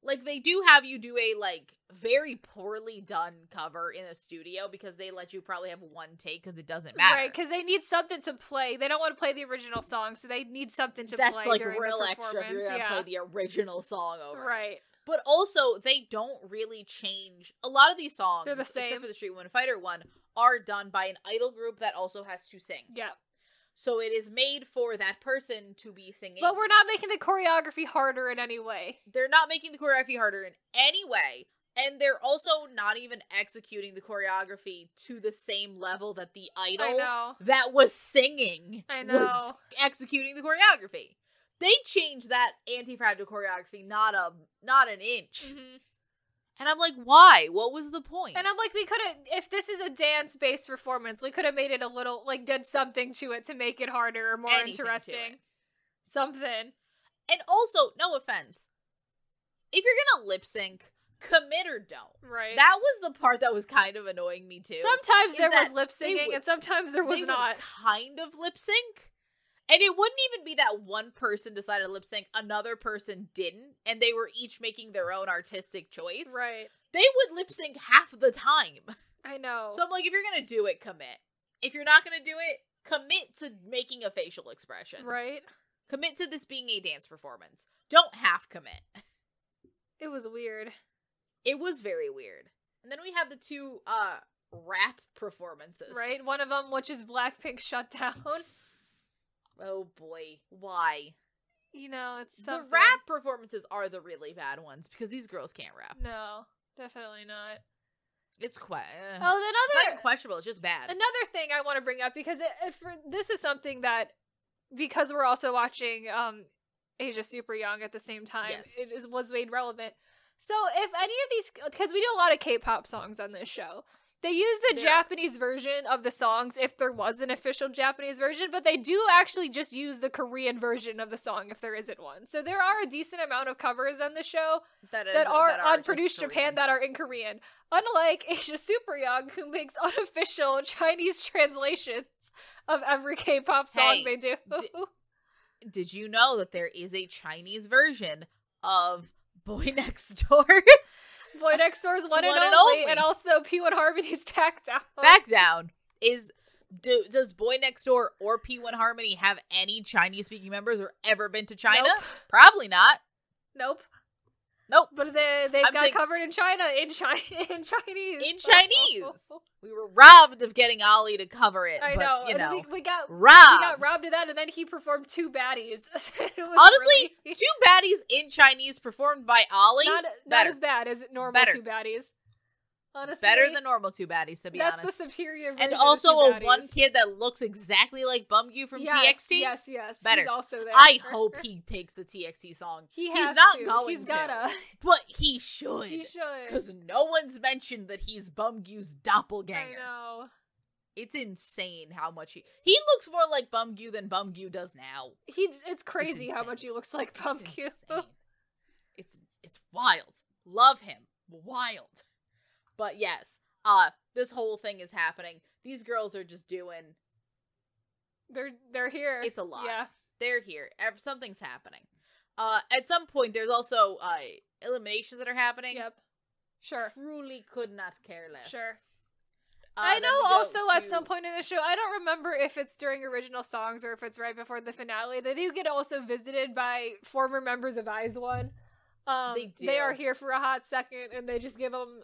[SPEAKER 2] Like they do have you do a like very poorly done cover in a studio because they let you probably have one take because it doesn't matter.
[SPEAKER 1] right? Because they need something to play. They don't want to play the original song, so they need something to
[SPEAKER 2] that's
[SPEAKER 1] play
[SPEAKER 2] like
[SPEAKER 1] during
[SPEAKER 2] real
[SPEAKER 1] the
[SPEAKER 2] extra if
[SPEAKER 1] performance.
[SPEAKER 2] you're gonna
[SPEAKER 1] yeah,
[SPEAKER 2] play the original song over. it.
[SPEAKER 1] right.
[SPEAKER 2] But also, they don't really change. A lot of these songs,
[SPEAKER 1] They're the
[SPEAKER 2] except
[SPEAKER 1] same.
[SPEAKER 2] for the Street Woman Fighter one, are done by an idol group that also has to sing.
[SPEAKER 1] Yeah,
[SPEAKER 2] So it is made for that person to be singing.
[SPEAKER 1] but we're not making the choreography harder in any way.
[SPEAKER 2] They're not making the choreography harder in any way. And they're also not even executing the choreography to the same level that the
[SPEAKER 1] I
[SPEAKER 2] idol
[SPEAKER 1] know.
[SPEAKER 2] that was singing
[SPEAKER 1] I
[SPEAKER 2] was
[SPEAKER 1] know.
[SPEAKER 2] executing the choreography. They changed that anti-fragile choreography not a not an inch.
[SPEAKER 1] hmm
[SPEAKER 2] And I'm like, why? What was the point?
[SPEAKER 1] And I'm like, we could have, if this is a dance based performance, we could have made it a little, like, did something to it to make it harder or more
[SPEAKER 2] Anything to
[SPEAKER 1] interesting.
[SPEAKER 2] it.
[SPEAKER 1] Something.
[SPEAKER 2] And also, no offense, if you're gonna lip sync, commit or don't.
[SPEAKER 1] Right.
[SPEAKER 2] That was the part that was kind of annoying me too.
[SPEAKER 1] Sometimes
[SPEAKER 2] is
[SPEAKER 1] there was
[SPEAKER 2] that
[SPEAKER 1] lip
[SPEAKER 2] they
[SPEAKER 1] singing
[SPEAKER 2] would-
[SPEAKER 1] and sometimes there was
[SPEAKER 2] They would
[SPEAKER 1] not.
[SPEAKER 2] kind of lip sync. And it wouldn't even be that one person decided to lip sync, another person didn't, and they were each making their own artistic choice.
[SPEAKER 1] Right.
[SPEAKER 2] They would lip sync half the time.
[SPEAKER 1] I know. Oh.
[SPEAKER 2] So I'm like, if you're gonna do it, commit. If you're not gonna do it, commit to making a facial expression.
[SPEAKER 1] right?
[SPEAKER 2] Commit to this being a dance performance. Don't half commit.
[SPEAKER 1] It was weird.
[SPEAKER 2] It was very weird. And then we had the two uh rap performances.
[SPEAKER 1] Right? One of them, which is Blackpink shut down.
[SPEAKER 2] Oh boy. Why?
[SPEAKER 1] You know, it's something.
[SPEAKER 2] The rap performances are the really bad ones because these girls can't rap.
[SPEAKER 1] No, definitely not.
[SPEAKER 2] It's quite eh.
[SPEAKER 1] Oh,
[SPEAKER 2] It's not
[SPEAKER 1] then
[SPEAKER 2] even
[SPEAKER 1] other
[SPEAKER 2] questionable. It's just bad.
[SPEAKER 1] another thing I want to bring up because it, it, for, this is something that because we're also watching um Asia Super Young at the same time,
[SPEAKER 2] Yes.
[SPEAKER 1] it is, was made relevant. So if any of these, because we do a lot of K-pop songs on this show, they use the
[SPEAKER 2] There.
[SPEAKER 1] Japanese version of the songs if there was an official Japanese version, but they do actually just use the Korean version of the song if there isn't one. So there are a decent amount of covers on the show
[SPEAKER 2] that,
[SPEAKER 1] that are, on
[SPEAKER 2] just
[SPEAKER 1] Produce Japan
[SPEAKER 2] Korean.
[SPEAKER 1] that are in Korean. Unlike Asia Super Young, who makes unofficial Chinese translations of every K-pop song
[SPEAKER 2] Hey,
[SPEAKER 1] they do.
[SPEAKER 2] d- Did you know that there is a Chinese version of Boy Next Door?
[SPEAKER 1] Oh. Boy Next Door's one, and,
[SPEAKER 2] One and
[SPEAKER 1] only,
[SPEAKER 2] Only.
[SPEAKER 1] and also P1 Harmony's Back Down.
[SPEAKER 2] Back down is. Do, does Boy Next Door or P1 Harmony have any Chinese speaking members or ever been to China?
[SPEAKER 1] Nope.
[SPEAKER 2] Probably not.
[SPEAKER 1] Nope.
[SPEAKER 2] Nope.
[SPEAKER 1] But they they
[SPEAKER 2] I'm
[SPEAKER 1] have got
[SPEAKER 2] saying-
[SPEAKER 1] covered in China in China in Chinese
[SPEAKER 2] In Chinese. We were robbed of getting Ollie to cover it.
[SPEAKER 1] I
[SPEAKER 2] but,
[SPEAKER 1] know.
[SPEAKER 2] You
[SPEAKER 1] and
[SPEAKER 2] know.
[SPEAKER 1] we, we got
[SPEAKER 2] robbed.
[SPEAKER 1] we got robbed of that, and then he performed two baddies. It was
[SPEAKER 2] Honestly,
[SPEAKER 1] really
[SPEAKER 2] Two baddies in Chinese performed by Ollie.
[SPEAKER 1] not, not
[SPEAKER 2] better.
[SPEAKER 1] as bad as normal
[SPEAKER 2] Better.
[SPEAKER 1] two baddies. Honestly,
[SPEAKER 2] Better than normal two baddies, to be
[SPEAKER 1] That's
[SPEAKER 2] honest.
[SPEAKER 1] the superior version.
[SPEAKER 2] and
[SPEAKER 1] of
[SPEAKER 2] also
[SPEAKER 1] Two
[SPEAKER 2] a
[SPEAKER 1] Baddies.
[SPEAKER 2] one kid that looks exactly like Bumgu from
[SPEAKER 1] Yes,
[SPEAKER 2] TXT.
[SPEAKER 1] Yes, yes. He's
[SPEAKER 2] Better.
[SPEAKER 1] also there.
[SPEAKER 2] I hope he takes the TXT song,
[SPEAKER 1] he
[SPEAKER 2] he's
[SPEAKER 1] has
[SPEAKER 2] not
[SPEAKER 1] to.
[SPEAKER 2] going
[SPEAKER 1] He's
[SPEAKER 2] to.
[SPEAKER 1] gotta.
[SPEAKER 2] but he
[SPEAKER 1] He
[SPEAKER 2] should.
[SPEAKER 1] should.
[SPEAKER 2] Because no one's mentioned that he's Bumgu's
[SPEAKER 1] I
[SPEAKER 2] doppelganger.
[SPEAKER 1] know.
[SPEAKER 2] It's insane how much he he looks more like Bumgu than Bumgu does now.
[SPEAKER 1] He. It's crazy how
[SPEAKER 2] insane.
[SPEAKER 1] much he looks like
[SPEAKER 2] It's
[SPEAKER 1] Pumpkin.
[SPEAKER 2] insane. It's it's wild. Love him. Wild. But yes, uh this whole thing is happening. These girls are just doing
[SPEAKER 1] they're they're here.
[SPEAKER 2] It's a lot.
[SPEAKER 1] Yeah.
[SPEAKER 2] they're here. Ev- Something's happening. Uh at some point there's also uh eliminations that are happening.
[SPEAKER 1] Yep. Sure.
[SPEAKER 2] Truly could not care less.
[SPEAKER 1] Sure.
[SPEAKER 2] Uh,
[SPEAKER 1] I
[SPEAKER 2] then
[SPEAKER 1] know
[SPEAKER 2] we go
[SPEAKER 1] also at
[SPEAKER 2] to-
[SPEAKER 1] some point in the show, I don't remember if it's during original songs or if it's right before the finale, they do get also visited by former members of Eyes One. Um,
[SPEAKER 2] They
[SPEAKER 1] They are
[SPEAKER 2] do.
[SPEAKER 1] here for a hot second and they just give them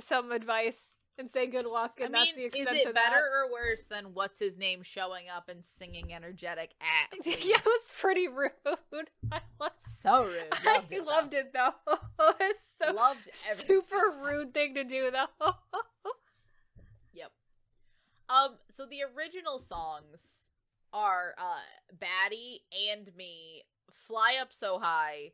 [SPEAKER 1] some advice and say good luck,
[SPEAKER 2] I
[SPEAKER 1] and
[SPEAKER 2] mean,
[SPEAKER 1] that's the
[SPEAKER 2] is
[SPEAKER 1] extent
[SPEAKER 2] it
[SPEAKER 1] of
[SPEAKER 2] better or worse than what's his name showing up and singing energetic at?
[SPEAKER 1] that. yeah, it was pretty rude. I loved,
[SPEAKER 2] So rude.
[SPEAKER 1] I
[SPEAKER 2] it, though.
[SPEAKER 1] loved it though. it was so
[SPEAKER 2] loved everything.
[SPEAKER 1] super rude thing to do though.
[SPEAKER 2] Yep. Um. So the original songs are uh "Baddie" and "Me," "Fly Up So High,"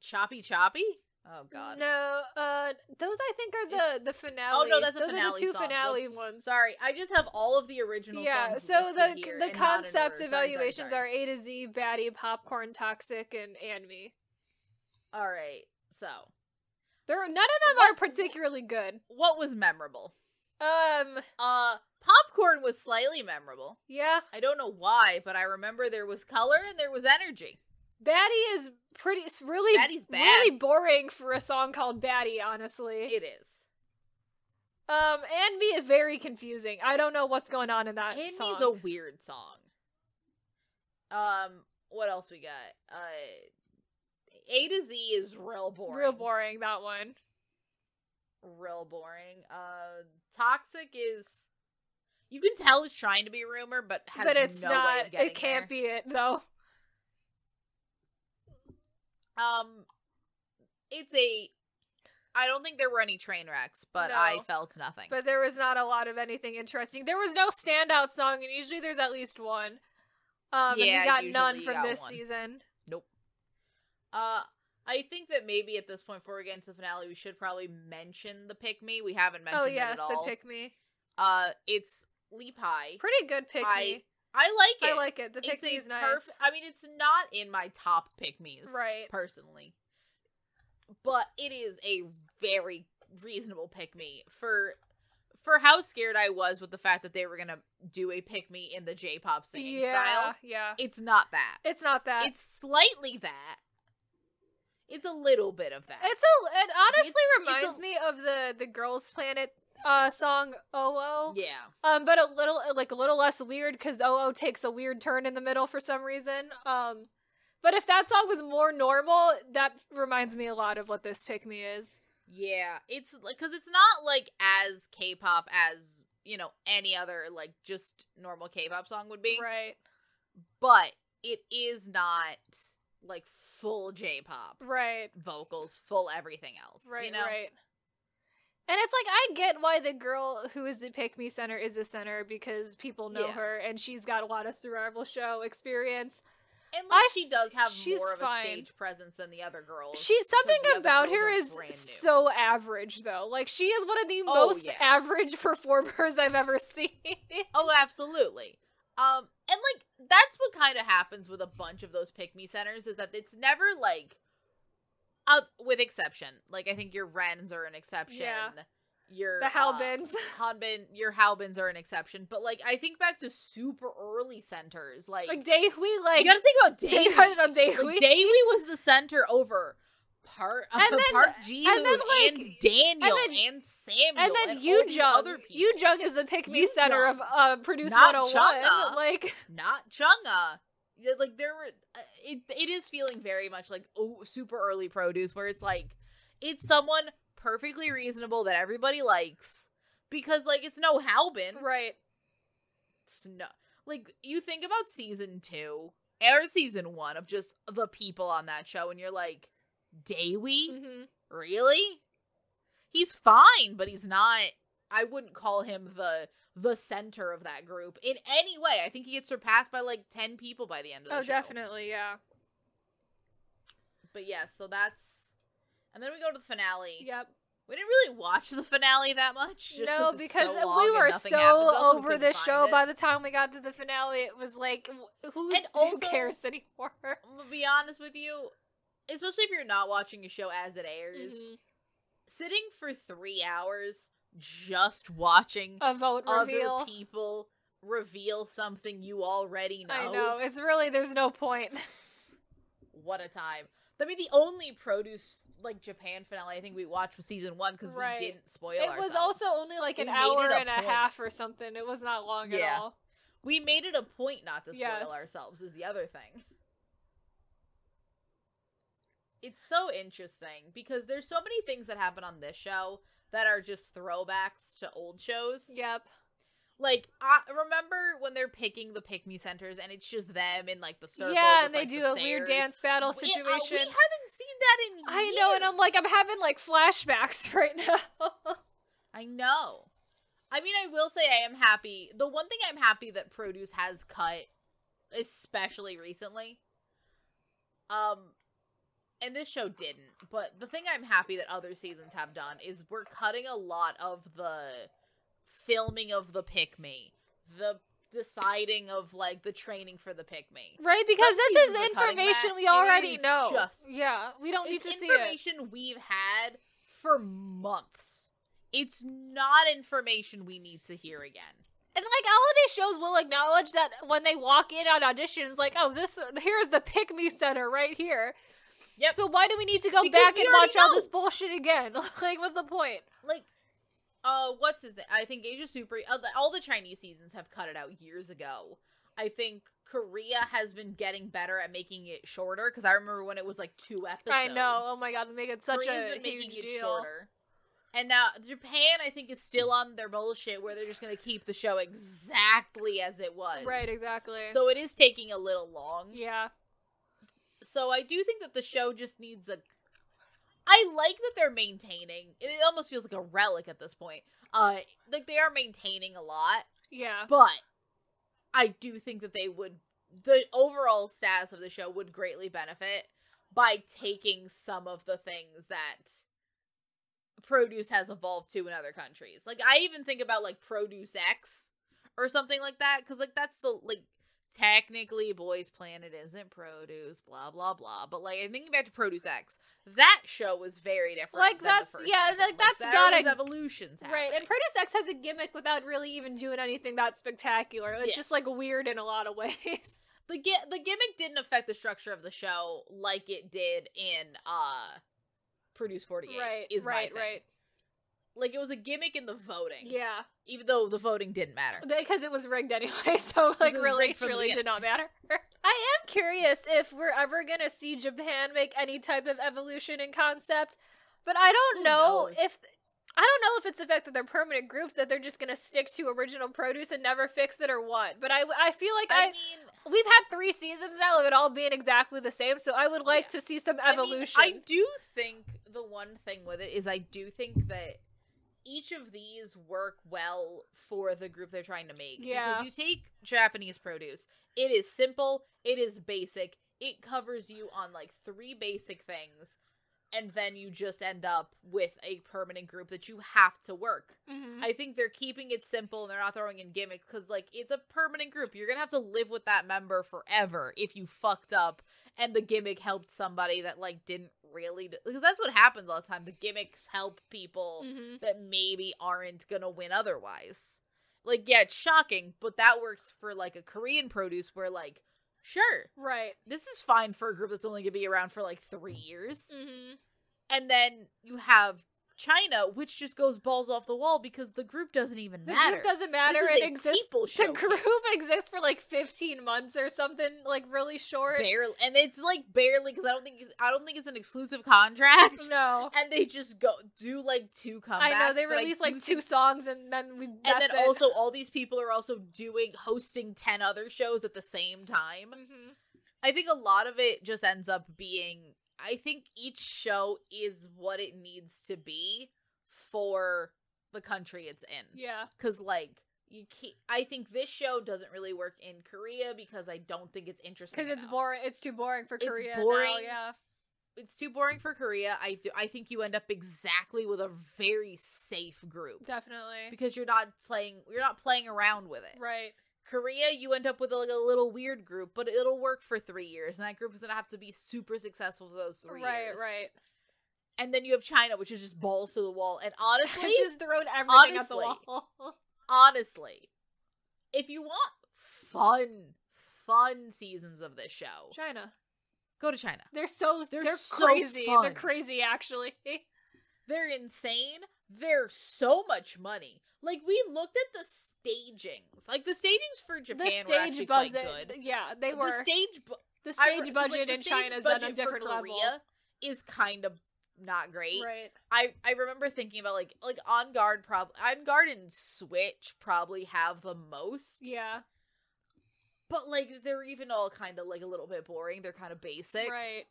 [SPEAKER 2] "Choppy Choppy." Oh God. Oh,
[SPEAKER 1] No, uh, those I think are the the finale.
[SPEAKER 2] that's a
[SPEAKER 1] those
[SPEAKER 2] finale
[SPEAKER 1] are the two
[SPEAKER 2] song.
[SPEAKER 1] finale
[SPEAKER 2] Whoops.
[SPEAKER 1] ones.
[SPEAKER 2] Sorry, I just have all of the original.
[SPEAKER 1] yeah
[SPEAKER 2] songs
[SPEAKER 1] so
[SPEAKER 2] listed
[SPEAKER 1] the
[SPEAKER 2] here
[SPEAKER 1] the
[SPEAKER 2] and not in
[SPEAKER 1] concept
[SPEAKER 2] order. Sorry, sorry,
[SPEAKER 1] evaluations
[SPEAKER 2] sorry.
[SPEAKER 1] are a to z baddie popcorn toxic and and me
[SPEAKER 2] All right. So
[SPEAKER 1] there are none of them
[SPEAKER 2] What-
[SPEAKER 1] are particularly good
[SPEAKER 2] what was memorable?
[SPEAKER 1] um
[SPEAKER 2] Uh, popcorn was slightly memorable.
[SPEAKER 1] yeah
[SPEAKER 2] I don't know why, but I remember there was color and there was energy.
[SPEAKER 1] baddie is pretty it's really
[SPEAKER 2] Baddie's bad.
[SPEAKER 1] really boring for a song called baddie honestly
[SPEAKER 2] It is.
[SPEAKER 1] um and me is very confusing i don't know what's going on in that
[SPEAKER 2] Handy's
[SPEAKER 1] song
[SPEAKER 2] a weird song. Um, what else we got? Uh, A to Z is real boring.
[SPEAKER 1] real boring that one
[SPEAKER 2] Real boring. Uh, toxic is. You can tell it's trying to be a rumor, but has
[SPEAKER 1] but it's
[SPEAKER 2] no Way
[SPEAKER 1] not
[SPEAKER 2] of
[SPEAKER 1] it can't be it though
[SPEAKER 2] be. Um, it's a. I don't think there were any train wrecks, but I
[SPEAKER 1] No.
[SPEAKER 2] felt nothing.
[SPEAKER 1] but there was not a lot of anything interesting. There was no standout song, and usually there's at least one. Um, and
[SPEAKER 2] Yeah,
[SPEAKER 1] we
[SPEAKER 2] usually
[SPEAKER 1] got none
[SPEAKER 2] you
[SPEAKER 1] from
[SPEAKER 2] got
[SPEAKER 1] this
[SPEAKER 2] one.
[SPEAKER 1] season.
[SPEAKER 2] Uh, I think that maybe at this point, before we get into the finale, we should probably mention the pick me. We haven't mentioned
[SPEAKER 1] Oh
[SPEAKER 2] it
[SPEAKER 1] yes,
[SPEAKER 2] at all.
[SPEAKER 1] the pick me,
[SPEAKER 2] Uh, it's leap high.
[SPEAKER 1] pretty good pick
[SPEAKER 2] I
[SPEAKER 1] me.
[SPEAKER 2] I like it.
[SPEAKER 1] I like it. The pick
[SPEAKER 2] it's
[SPEAKER 1] me
[SPEAKER 2] a
[SPEAKER 1] is
[SPEAKER 2] perf-
[SPEAKER 1] nice.
[SPEAKER 2] I mean, it's not in my top pick me's,
[SPEAKER 1] Right.
[SPEAKER 2] Personally, but it is a very reasonable pick me for for how scared I was with the fact that they were gonna do a pick me in the J-pop singing
[SPEAKER 1] yeah,
[SPEAKER 2] style.
[SPEAKER 1] yeah.
[SPEAKER 2] It's not that.
[SPEAKER 1] It's not that. It's,
[SPEAKER 2] It's slightly that. It's a little bit of that.
[SPEAKER 1] a. It honestly
[SPEAKER 2] it's- it's
[SPEAKER 1] reminds
[SPEAKER 2] a-
[SPEAKER 1] me of the the Girls Planet uh song "Oh
[SPEAKER 2] Yeah.
[SPEAKER 1] um, but a little like a little less weird because OO takes a weird turn in the middle for some reason. Um, but if that song was more normal, that reminds me a lot of what this pick me is.
[SPEAKER 2] Yeah. It's because it's not like as K pop as, you know, any other like just normal K pop song would be.
[SPEAKER 1] Right,
[SPEAKER 2] But it is not like full J pop
[SPEAKER 1] right,
[SPEAKER 2] vocals, full everything else.
[SPEAKER 1] right,
[SPEAKER 2] You know?
[SPEAKER 1] right. And it's like I get why the girl who is the pick me center is a center because people know
[SPEAKER 2] Yeah.
[SPEAKER 1] her and she's got a lot of survival show experience.
[SPEAKER 2] And
[SPEAKER 1] I
[SPEAKER 2] like she does have
[SPEAKER 1] she's
[SPEAKER 2] more of
[SPEAKER 1] fine.
[SPEAKER 2] a stage presence than the other girls.
[SPEAKER 1] She something
[SPEAKER 2] the other
[SPEAKER 1] about
[SPEAKER 2] girls
[SPEAKER 1] her
[SPEAKER 2] are
[SPEAKER 1] is
[SPEAKER 2] brand new.
[SPEAKER 1] so average though. Like she is one of the
[SPEAKER 2] Oh,
[SPEAKER 1] most
[SPEAKER 2] yeah.
[SPEAKER 1] average performers I've ever seen.
[SPEAKER 2] Oh, absolutely. Um, and like that's what kind of happens with a bunch of those pick me centers is that it's never like, uh, with exception. Like I think your Rens are an exception.
[SPEAKER 1] Yeah.
[SPEAKER 2] Your
[SPEAKER 1] The Halbins.
[SPEAKER 2] uh, Hanbin, your Halbins are an exception. But like I think back to super early centers, like,
[SPEAKER 1] Like Daehui, like
[SPEAKER 2] you gotta think about
[SPEAKER 1] they
[SPEAKER 2] Daily.
[SPEAKER 1] got it on
[SPEAKER 2] Like,
[SPEAKER 1] Daehui.
[SPEAKER 2] Daily was the center over. Part uh,
[SPEAKER 1] And then-
[SPEAKER 2] Park Ji
[SPEAKER 1] and then,
[SPEAKER 2] and
[SPEAKER 1] like-
[SPEAKER 2] Daniel
[SPEAKER 1] and
[SPEAKER 2] and,
[SPEAKER 1] then-
[SPEAKER 2] Samuel
[SPEAKER 1] and then
[SPEAKER 2] all
[SPEAKER 1] Yu
[SPEAKER 2] these
[SPEAKER 1] Jung.
[SPEAKER 2] other people.
[SPEAKER 1] Yu Jung is the pick me
[SPEAKER 2] Yoo
[SPEAKER 1] center
[SPEAKER 2] Jung.
[SPEAKER 1] of uh Produce
[SPEAKER 2] Not
[SPEAKER 1] 101.
[SPEAKER 2] Chungha.
[SPEAKER 1] Like
[SPEAKER 2] not Chunga. Yeah, Like there were, uh, it it is feeling very much like oh, super early produce where it's like it's someone perfectly reasonable that everybody likes because like it's no Halbin,
[SPEAKER 1] right.
[SPEAKER 2] it's no like you think about season two or season one of just the people on that show and you're like, Dewey,
[SPEAKER 1] hmm
[SPEAKER 2] really? He's fine, but he's not. I wouldn't call him the the center of that group in any way. I think he gets surpassed by like ten people by the end of the
[SPEAKER 1] Oh,
[SPEAKER 2] show.
[SPEAKER 1] definitely, yeah,
[SPEAKER 2] But yeah, so that's. And then we go to the finale.
[SPEAKER 1] yep.
[SPEAKER 2] We didn't really watch the finale that much. just
[SPEAKER 1] no,
[SPEAKER 2] it's
[SPEAKER 1] because
[SPEAKER 2] so long
[SPEAKER 1] we
[SPEAKER 2] and
[SPEAKER 1] were
[SPEAKER 2] nothing
[SPEAKER 1] so
[SPEAKER 2] happens. Also, we
[SPEAKER 1] over
[SPEAKER 2] couldn't
[SPEAKER 1] this
[SPEAKER 2] find
[SPEAKER 1] show.
[SPEAKER 2] it.
[SPEAKER 1] By the time we got to the finale, it was like, wh- who's,
[SPEAKER 2] And also-
[SPEAKER 1] who cares anymore?
[SPEAKER 2] I'm gonna be honest with you, especially if you're not watching a show as it airs,
[SPEAKER 1] Mhm.
[SPEAKER 2] sitting for three hours just watching
[SPEAKER 1] A vote reveal.
[SPEAKER 2] other people reveal something you already know.
[SPEAKER 1] I know it's really there's no point.
[SPEAKER 2] What a time. I mean, the only produce like Japan finale I think we watched was season one because
[SPEAKER 1] Right.
[SPEAKER 2] we didn't spoil.
[SPEAKER 1] it was
[SPEAKER 2] ourselves.
[SPEAKER 1] also only like an
[SPEAKER 2] We made it
[SPEAKER 1] hour
[SPEAKER 2] a
[SPEAKER 1] and a
[SPEAKER 2] point.
[SPEAKER 1] half or something. It was not long at
[SPEAKER 2] Yeah.
[SPEAKER 1] all.
[SPEAKER 2] we made it a point not to spoil
[SPEAKER 1] Yes.
[SPEAKER 2] ourselves is the other thing. It's so interesting because there's so many things that happen on this show that are just throwbacks to old shows.
[SPEAKER 1] Yep.
[SPEAKER 2] Like I remember when they're picking the pick me centers and it's just them in like the circle.
[SPEAKER 1] yeah,
[SPEAKER 2] with,
[SPEAKER 1] and they
[SPEAKER 2] like, the
[SPEAKER 1] do a weird
[SPEAKER 2] stairs.
[SPEAKER 1] dance battle
[SPEAKER 2] We- uh,
[SPEAKER 1] situation.
[SPEAKER 2] We, haven't seen that in
[SPEAKER 1] I know, and I'm like, I'm
[SPEAKER 2] years.
[SPEAKER 1] having like flashbacks right now.
[SPEAKER 2] I know. I mean, I will say I am happy. The one thing I'm happy that Produce has cut, especially recently, um, and this show didn't, but the thing I'm happy that other seasons have done is we're cutting a lot of the filming of the pick me, the deciding of like the training for the pick me.
[SPEAKER 1] right? Because this
[SPEAKER 2] seasons
[SPEAKER 1] is
[SPEAKER 2] are cutting
[SPEAKER 1] information
[SPEAKER 2] that.
[SPEAKER 1] we
[SPEAKER 2] It
[SPEAKER 1] already
[SPEAKER 2] is
[SPEAKER 1] know.
[SPEAKER 2] just-
[SPEAKER 1] yeah, we don't need
[SPEAKER 2] It's
[SPEAKER 1] to see it.
[SPEAKER 2] information we've had for months. It's not information we need to hear again.
[SPEAKER 1] And like all of these shows will acknowledge that when they walk in on auditions, like, oh, this here's the pick me center right here.
[SPEAKER 2] Yep.
[SPEAKER 1] So why do we need to go
[SPEAKER 2] Because
[SPEAKER 1] back
[SPEAKER 2] we
[SPEAKER 1] and watch
[SPEAKER 2] already
[SPEAKER 1] all
[SPEAKER 2] know.
[SPEAKER 1] this bullshit again? like, what's the point?
[SPEAKER 2] like uh what's his name i think asia super uh, the- all the chinese seasons have cut it out years ago i think korea has been getting better at making it shorter because i remember when it was like two episodes
[SPEAKER 1] I know. Oh my god, they make it such
[SPEAKER 2] Korea's
[SPEAKER 1] a
[SPEAKER 2] been
[SPEAKER 1] huge
[SPEAKER 2] making it
[SPEAKER 1] deal.
[SPEAKER 2] shorter and now japan i think is still on their bullshit where they're just gonna keep the show exactly as it was
[SPEAKER 1] Right, exactly.
[SPEAKER 2] so it is taking a little long
[SPEAKER 1] yeah.
[SPEAKER 2] so I do think that the show just needs a. I like that they're maintaining. It almost feels like a relic at this point. Uh, like they are maintaining a lot,
[SPEAKER 1] Yeah.
[SPEAKER 2] but I do think that they would. The overall status of the show would greatly benefit by taking some of the things that produce has evolved to in other countries. Like I even think about like Produce X or something like that cuz like that's the like technically Boys Planet isn't produce blah blah blah, but like I'm thinking back to Produce X. That show was very different.
[SPEAKER 1] Like,
[SPEAKER 2] than the
[SPEAKER 1] that's-
[SPEAKER 2] first
[SPEAKER 1] yeah,
[SPEAKER 2] season.
[SPEAKER 1] like, that's
[SPEAKER 2] there
[SPEAKER 1] gotta-
[SPEAKER 2] was evolutions
[SPEAKER 1] Right, and
[SPEAKER 2] happening.
[SPEAKER 1] Produce X has a gimmick without really even doing anything that spectacular. It's
[SPEAKER 2] Yeah.
[SPEAKER 1] just like weird in a lot of ways.
[SPEAKER 2] the gi- the gimmick didn't affect the structure of the show like it did in uh Produce 48
[SPEAKER 1] right,
[SPEAKER 2] is my
[SPEAKER 1] right,
[SPEAKER 2] thing.
[SPEAKER 1] right.
[SPEAKER 2] Like it was a gimmick in the voting.
[SPEAKER 1] Yeah,
[SPEAKER 2] Even though the voting didn't matter.
[SPEAKER 1] because it was rigged anyway. So like,
[SPEAKER 2] was
[SPEAKER 1] really,
[SPEAKER 2] rigged
[SPEAKER 1] it
[SPEAKER 2] from the
[SPEAKER 1] really
[SPEAKER 2] beginning.
[SPEAKER 1] did not matter. I am curious if we're ever gonna see Japan make any type of evolution in concept, but I don't
[SPEAKER 2] Who
[SPEAKER 1] know
[SPEAKER 2] knows?
[SPEAKER 1] if. I don't know if it's the fact that they're permanent groups that they're just gonna stick to original produce and never fix it or what. But I, I feel like
[SPEAKER 2] I
[SPEAKER 1] I,
[SPEAKER 2] mean,
[SPEAKER 1] we've had three seasons now of it all being exactly the same, so I would like
[SPEAKER 2] Yeah.
[SPEAKER 1] to see some
[SPEAKER 2] I mean,
[SPEAKER 1] evolution.
[SPEAKER 2] I, do think the one thing with it is I do think that each of these work well for the group they're trying to make.
[SPEAKER 1] Yeah.
[SPEAKER 2] Because you take Japanese produce, it is simple, it is basic, it covers you on like three basic things, and then you just end up with a permanent group that you have to work.
[SPEAKER 1] Mhm.
[SPEAKER 2] I think they're keeping it simple and they're not throwing in gimmicks because, like, it's a permanent group. You're gonna have to live with that member forever if you fucked up and the gimmick helped somebody that like didn't really because that's what happens all the time. The gimmicks help people
[SPEAKER 1] Mhm.
[SPEAKER 2] that maybe aren't gonna win otherwise. Like, yeah, it's shocking, but that works for like a Korean produce where like, sure,
[SPEAKER 1] Right.
[SPEAKER 2] this is fine for a group that's only gonna be around for like three years.
[SPEAKER 1] hmm
[SPEAKER 2] And then you have China, which just goes balls off the wall because the group doesn't even
[SPEAKER 1] The
[SPEAKER 2] matter.
[SPEAKER 1] group doesn't
[SPEAKER 2] This
[SPEAKER 1] matter.
[SPEAKER 2] is
[SPEAKER 1] It
[SPEAKER 2] a
[SPEAKER 1] exists.
[SPEAKER 2] people
[SPEAKER 1] The group
[SPEAKER 2] showcase.
[SPEAKER 1] exists for like 15 months or something, like really short.
[SPEAKER 2] barely, and it's like barely because I don't think it's, I don't think it's an exclusive contract.
[SPEAKER 1] No,
[SPEAKER 2] And they just go do like two comebacks.
[SPEAKER 1] I know they
[SPEAKER 2] but
[SPEAKER 1] release
[SPEAKER 2] do
[SPEAKER 1] like two
[SPEAKER 2] think-
[SPEAKER 1] songs and then we. That's
[SPEAKER 2] and then
[SPEAKER 1] it.
[SPEAKER 2] also all these people are also doing hosting ten other shows at the same time.
[SPEAKER 1] Mhm.
[SPEAKER 2] I think a lot of it just ends up being I think each show is what it needs to be for the country it's in.
[SPEAKER 1] yeah,
[SPEAKER 2] because like you can't, i think this show doesn't really work in korea because i don't think it's interesting
[SPEAKER 1] because it's
[SPEAKER 2] enough.
[SPEAKER 1] boring. It's too boring for
[SPEAKER 2] It's
[SPEAKER 1] Korea. now,
[SPEAKER 2] boring.
[SPEAKER 1] yeah,
[SPEAKER 2] it's too boring for korea i do i think you end up exactly with a very safe group
[SPEAKER 1] definitely.
[SPEAKER 2] because you're not playing you're not playing around with it
[SPEAKER 1] Right.
[SPEAKER 2] korea you end up with like a little weird group but it'll work for three years and that group is gonna have to be super successful for those three
[SPEAKER 1] Right.
[SPEAKER 2] years
[SPEAKER 1] Right.
[SPEAKER 2] and then you have china which is just balls to the wall and honestly
[SPEAKER 1] Just thrown everything at the
[SPEAKER 2] honestly,
[SPEAKER 1] wall.
[SPEAKER 2] honestly if you want fun fun seasons of this show
[SPEAKER 1] China.
[SPEAKER 2] go to china
[SPEAKER 1] They're so
[SPEAKER 2] They're
[SPEAKER 1] they're,
[SPEAKER 2] so
[SPEAKER 1] crazy. They're
[SPEAKER 2] fun.
[SPEAKER 1] crazy actually.
[SPEAKER 2] They're insane. They're so much money. Like we looked at the stagings. Like the stagings for Japan
[SPEAKER 1] the
[SPEAKER 2] were
[SPEAKER 1] stage
[SPEAKER 2] actually
[SPEAKER 1] budget,
[SPEAKER 2] quite good.
[SPEAKER 1] yeah, they
[SPEAKER 2] the
[SPEAKER 1] were.
[SPEAKER 2] stage bu-
[SPEAKER 1] the
[SPEAKER 2] I
[SPEAKER 1] stage
[SPEAKER 2] re- 'cause, like,
[SPEAKER 1] budget
[SPEAKER 2] the
[SPEAKER 1] in
[SPEAKER 2] stage
[SPEAKER 1] China is on
[SPEAKER 2] budget
[SPEAKER 1] a
[SPEAKER 2] for
[SPEAKER 1] different level.
[SPEAKER 2] Korea Is kind of not great.
[SPEAKER 1] Right.
[SPEAKER 2] I I remember thinking about like like On Guard probably On Guard and Switch probably have the most.
[SPEAKER 1] Yeah.
[SPEAKER 2] But like they're even all kind of like a little bit boring. They're kind of basic.
[SPEAKER 1] Right.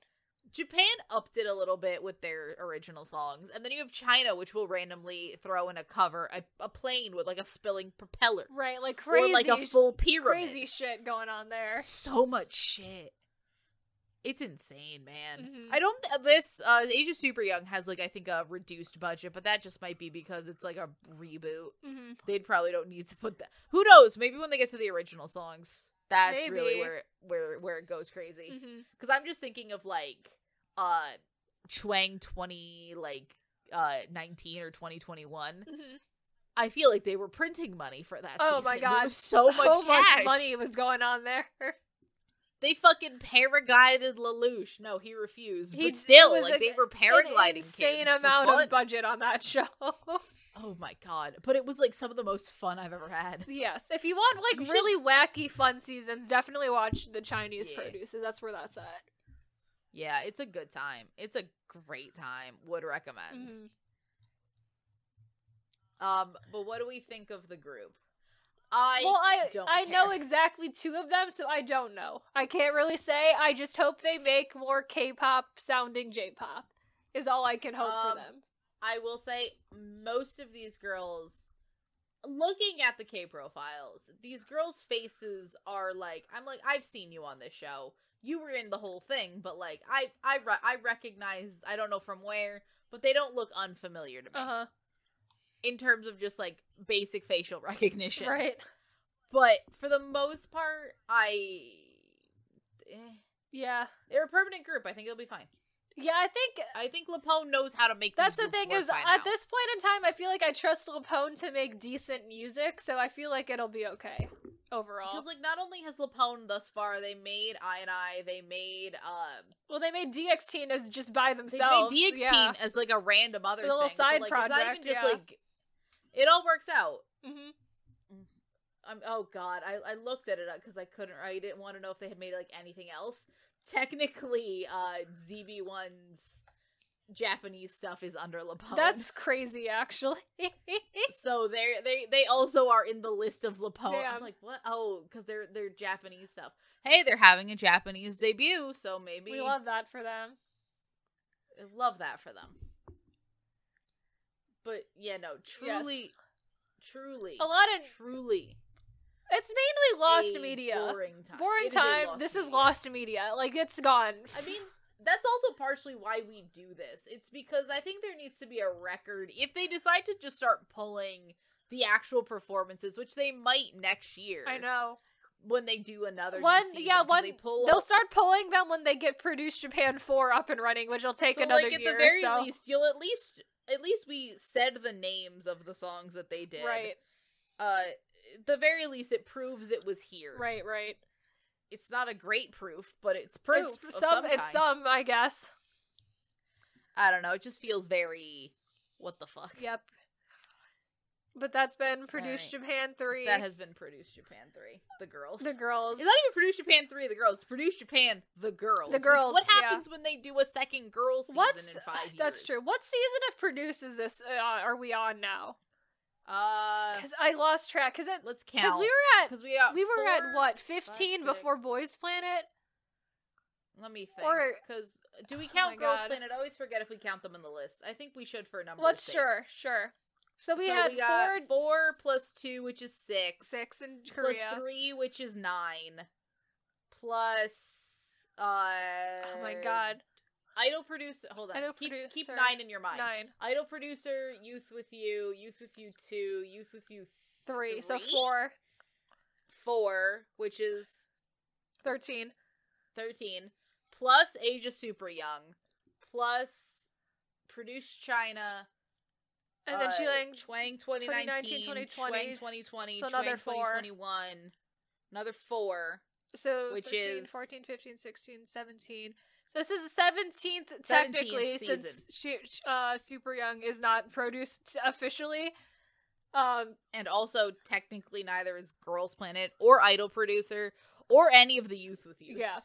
[SPEAKER 2] Japan upped it a little bit with their original songs, and then you have China, which will randomly throw in a cover, a, a plane with like a spilling propeller,
[SPEAKER 1] Right. Like crazy.
[SPEAKER 2] or like a
[SPEAKER 1] sh-
[SPEAKER 2] full pyramid.
[SPEAKER 1] crazy shit going on there.
[SPEAKER 2] so much shit. It's insane, man.
[SPEAKER 1] Mhm.
[SPEAKER 2] I don't. Th- this uh, Asia Super Young has like I think a reduced budget, but that just might be because it's like a reboot.
[SPEAKER 1] hmm
[SPEAKER 2] They probably don't need to put that. Who knows? Maybe when they get to the original songs, that's really
[SPEAKER 1] Maybe.
[SPEAKER 2] where where where it goes crazy
[SPEAKER 1] hmm
[SPEAKER 2] because I'm just thinking of like uh Chuang twenty like uh nineteen or twenty twenty one.
[SPEAKER 1] hmm
[SPEAKER 2] I feel like they were printing money for that.
[SPEAKER 1] Oh my
[SPEAKER 2] season. There
[SPEAKER 1] god!
[SPEAKER 2] was so much cash.
[SPEAKER 1] money was going on there.
[SPEAKER 2] They fucking paraglided Lelouch. No, he refused.
[SPEAKER 1] He-
[SPEAKER 2] but still,
[SPEAKER 1] it was
[SPEAKER 2] like
[SPEAKER 1] a-
[SPEAKER 2] they
[SPEAKER 1] An
[SPEAKER 2] were paragliding.
[SPEAKER 1] insane
[SPEAKER 2] kids for
[SPEAKER 1] amount
[SPEAKER 2] fun.
[SPEAKER 1] of budget on that show.
[SPEAKER 2] Oh my god! But it was like some of the most fun I've ever had.
[SPEAKER 1] yes, if you want
[SPEAKER 2] You
[SPEAKER 1] like
[SPEAKER 2] should-
[SPEAKER 1] really wacky, fun seasons, definitely watch the Chinese
[SPEAKER 2] Yeah.
[SPEAKER 1] producers. That's where that's at.
[SPEAKER 2] Yeah, it's a good time. It's a great time. Would recommend.
[SPEAKER 1] Mhm.
[SPEAKER 2] Um, but what do we think of the group? I
[SPEAKER 1] well, I
[SPEAKER 2] don't
[SPEAKER 1] I know
[SPEAKER 2] care.
[SPEAKER 1] exactly two of them, so I don't know. I can't really say. I just hope they make more K-pop sounding J-pop. Is all I can hope
[SPEAKER 2] Um,
[SPEAKER 1] for them.
[SPEAKER 2] I will say most of these girls looking at the K profiles, these girls' faces are like I'm like I've seen you on this show. You were in the whole thing, but like I I re- I recognize I don't know from where, but they don't look unfamiliar to me
[SPEAKER 1] Uh huh.
[SPEAKER 2] in terms of just like basic facial recognition.
[SPEAKER 1] Right.
[SPEAKER 2] But for the most part, I eh.
[SPEAKER 1] Yeah.
[SPEAKER 2] they're a permanent group. I think it'll be fine.
[SPEAKER 1] Yeah, I think
[SPEAKER 2] I think Lapone knows how to make.
[SPEAKER 1] that's
[SPEAKER 2] these
[SPEAKER 1] the
[SPEAKER 2] groups
[SPEAKER 1] thing
[SPEAKER 2] work
[SPEAKER 1] is
[SPEAKER 2] by
[SPEAKER 1] at
[SPEAKER 2] now.
[SPEAKER 1] this point in time I feel like I trust Lapone to make decent music, so I feel like it'll be okay. overall.
[SPEAKER 2] Because like not only has Lapone thus far, they made I and I, they made um
[SPEAKER 1] well, they made DXT as just by
[SPEAKER 2] they
[SPEAKER 1] themselves.
[SPEAKER 2] made DXT
[SPEAKER 1] yeah.
[SPEAKER 2] as like a random other
[SPEAKER 1] A little
[SPEAKER 2] thing. So,
[SPEAKER 1] side
[SPEAKER 2] like,
[SPEAKER 1] project,
[SPEAKER 2] It's not even just
[SPEAKER 1] yeah.
[SPEAKER 2] like it all works out.
[SPEAKER 1] Mhm.
[SPEAKER 2] Um, oh god, I, I looked at it because I couldn't. I didn't want to know if they had made like anything else. Technically, uh, ZB1's Japanese stuff is under Lapone.
[SPEAKER 1] That's crazy, actually.
[SPEAKER 2] so they they they also are in the list of Lapone.
[SPEAKER 1] Yeah.
[SPEAKER 2] I'm like, what? Oh, because they're they're Japanese stuff. Hey, they're having a Japanese debut, so maybe
[SPEAKER 1] we love that for them.
[SPEAKER 2] love that for them. But yeah, no, truly, truly,
[SPEAKER 1] A lot of
[SPEAKER 2] truly
[SPEAKER 1] it's mainly lost
[SPEAKER 2] a
[SPEAKER 1] media.
[SPEAKER 2] Boring time.
[SPEAKER 1] Boring
[SPEAKER 2] Uh, It is a
[SPEAKER 1] time. this is
[SPEAKER 2] media.
[SPEAKER 1] lost media. Like it's gone.
[SPEAKER 2] I mean, that's also partially why we do this. It's because I think there needs to be a record. If they decide to just start pulling the actual performances, which they might next year.
[SPEAKER 1] I know.
[SPEAKER 2] When they do another new
[SPEAKER 1] One-
[SPEAKER 2] season,
[SPEAKER 1] yeah,
[SPEAKER 2] 'cause
[SPEAKER 1] one-
[SPEAKER 2] They pull
[SPEAKER 1] They'll start pulling them when they get Produce Japan 4 up and running, which will take
[SPEAKER 2] so,
[SPEAKER 1] another
[SPEAKER 2] like, at
[SPEAKER 1] year
[SPEAKER 2] the
[SPEAKER 1] or
[SPEAKER 2] very
[SPEAKER 1] so.
[SPEAKER 2] least, you'll at least at least we said the names of the songs that they did.
[SPEAKER 1] Right,
[SPEAKER 2] Uh, at the very least, it proves it was here.
[SPEAKER 1] right, right.
[SPEAKER 2] It's not a great proof, but it's proof.
[SPEAKER 1] it's
[SPEAKER 2] of
[SPEAKER 1] some,
[SPEAKER 2] some
[SPEAKER 1] it's
[SPEAKER 2] kind.
[SPEAKER 1] some, I guess.
[SPEAKER 2] I don't know. It just feels very. What the fuck?
[SPEAKER 1] Yep. But that's been Produce
[SPEAKER 2] right.
[SPEAKER 1] Japan 3.
[SPEAKER 2] That has been produced Japan three. The girls.
[SPEAKER 1] the girls.
[SPEAKER 2] It's not even produced Japan three. The girls. It's produced Japan. The girls.
[SPEAKER 1] The girls,
[SPEAKER 2] What
[SPEAKER 1] yeah.
[SPEAKER 2] happens when they do a second girls season
[SPEAKER 1] What's
[SPEAKER 2] in five years?
[SPEAKER 1] that's true. What season of Produce is this? Uh, are we on now?
[SPEAKER 2] Uh,
[SPEAKER 1] Because I lost track. Because it
[SPEAKER 2] let's count.
[SPEAKER 1] because we were at
[SPEAKER 2] 'Cause we got
[SPEAKER 1] we were
[SPEAKER 2] four-
[SPEAKER 1] at what fifteen
[SPEAKER 2] five,
[SPEAKER 1] before
[SPEAKER 2] six.
[SPEAKER 1] Boys Planet.
[SPEAKER 2] Let me think.
[SPEAKER 1] Or-
[SPEAKER 2] Because do we
[SPEAKER 1] Oh
[SPEAKER 2] count
[SPEAKER 1] my
[SPEAKER 2] Girls
[SPEAKER 1] God.
[SPEAKER 2] Planet? I always forget if we count them in the list. I think we should for a number.
[SPEAKER 1] Let's sure sure. So we had
[SPEAKER 2] got
[SPEAKER 1] four,
[SPEAKER 2] four plus two, which is six.
[SPEAKER 1] six in
[SPEAKER 2] plus
[SPEAKER 1] Korea.
[SPEAKER 2] three, which is nine. Plus, uh,
[SPEAKER 1] Oh my god,
[SPEAKER 2] Idol producer. Hold on.
[SPEAKER 1] Idol
[SPEAKER 2] keep, keep
[SPEAKER 1] producer.
[SPEAKER 2] nine in your mind.
[SPEAKER 1] nine,
[SPEAKER 2] Idol producer, Youth with You, Youth with You two, Youth with You
[SPEAKER 1] three, so
[SPEAKER 2] Three?
[SPEAKER 1] four,
[SPEAKER 2] four, which is
[SPEAKER 1] thirteen.
[SPEAKER 2] thirteen. Plus Asia Super Young. Plus Produce China.
[SPEAKER 1] And then
[SPEAKER 2] uh,
[SPEAKER 1] she Lang
[SPEAKER 2] Twang 2019,
[SPEAKER 1] 2019,
[SPEAKER 2] 2020,
[SPEAKER 1] 2020,
[SPEAKER 2] Twang 2020,
[SPEAKER 1] so
[SPEAKER 2] Twang
[SPEAKER 1] another four.
[SPEAKER 2] 2021, another four.
[SPEAKER 1] So
[SPEAKER 2] which
[SPEAKER 1] 13,
[SPEAKER 2] is-
[SPEAKER 1] 14, 15, 16, 17. So this is the 17th technically
[SPEAKER 2] 17th
[SPEAKER 1] since she, uh, Super Young is not produced officially. Um
[SPEAKER 2] and also technically neither is Girls Planet or Idol Producer or any of the Youth with You.
[SPEAKER 1] Yeah.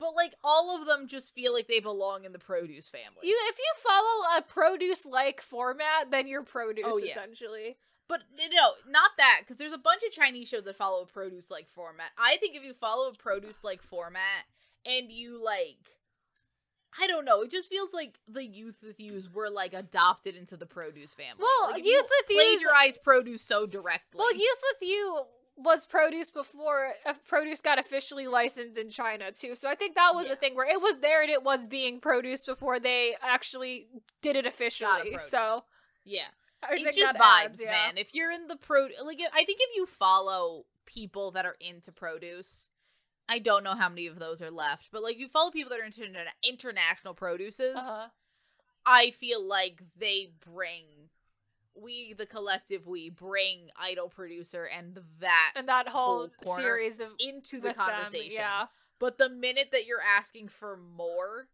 [SPEAKER 2] But like all of them just feel like they belong in the produce family.
[SPEAKER 1] you if you follow a produce like format, then you're produce
[SPEAKER 2] Oh, yeah.
[SPEAKER 1] essentially.
[SPEAKER 2] but no, no, not that because there's a bunch of Chinese shows that follow a produce like format. I think if you follow a produce like format and you like I don't know, it just feels like the Youth with Yous were like adopted into the produce family.
[SPEAKER 1] Well,
[SPEAKER 2] Like, if
[SPEAKER 1] Youth with
[SPEAKER 2] you
[SPEAKER 1] You
[SPEAKER 2] plagiarize produce so directly.
[SPEAKER 1] Well, Youth with You was produced before uh, produce got officially licensed in China too. So I think that was
[SPEAKER 2] Yeah.
[SPEAKER 1] a thing where it was there and it was being produced before they actually did it officially.
[SPEAKER 2] produced.
[SPEAKER 1] So
[SPEAKER 2] yeah.
[SPEAKER 1] I think
[SPEAKER 2] it's just
[SPEAKER 1] that
[SPEAKER 2] vibes,
[SPEAKER 1] adds, yeah.
[SPEAKER 2] man. If you're in the pro, like I think if you follow people that are into produce, I don't know how many of those are left, but like you follow people that are into interna- international produces,
[SPEAKER 1] Uh-huh.
[SPEAKER 2] I feel like they bring we, the collective, we bring idol producer and that
[SPEAKER 1] and that whole,
[SPEAKER 2] whole corner
[SPEAKER 1] series of
[SPEAKER 2] into the
[SPEAKER 1] with them,
[SPEAKER 2] conversation.
[SPEAKER 1] yeah,
[SPEAKER 2] But the minute that you're asking for more,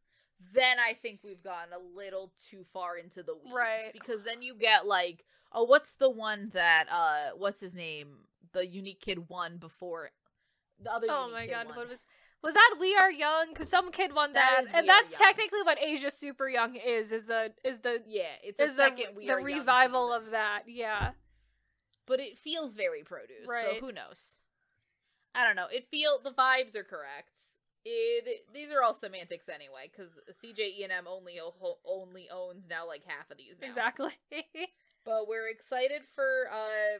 [SPEAKER 2] then I think we've gotten a little too far into the weeds.
[SPEAKER 1] Right.
[SPEAKER 2] Because then you get like, oh, what's the one that uh what's his name? The unique kid won before the other
[SPEAKER 1] oh
[SPEAKER 2] Unique
[SPEAKER 1] my
[SPEAKER 2] Kid
[SPEAKER 1] god,
[SPEAKER 2] won.
[SPEAKER 1] what was was that? We are young because some kid won
[SPEAKER 2] That
[SPEAKER 1] that,
[SPEAKER 2] is
[SPEAKER 1] and
[SPEAKER 2] We Are
[SPEAKER 1] that's
[SPEAKER 2] Young.
[SPEAKER 1] technically what Asia Super Young is is the is the
[SPEAKER 2] Yeah, it's
[SPEAKER 1] is
[SPEAKER 2] the
[SPEAKER 1] the
[SPEAKER 2] second we
[SPEAKER 1] the
[SPEAKER 2] Are Young
[SPEAKER 1] revival
[SPEAKER 2] season.
[SPEAKER 1] of that. Yeah,
[SPEAKER 2] But it feels very produce,
[SPEAKER 1] Right.
[SPEAKER 2] so who knows? I don't know. It feel the vibes are correct. It, these are all semantics anyway, because CJ E&M E only o- only owns now like half of these now.
[SPEAKER 1] exactly.
[SPEAKER 2] But we're excited for uh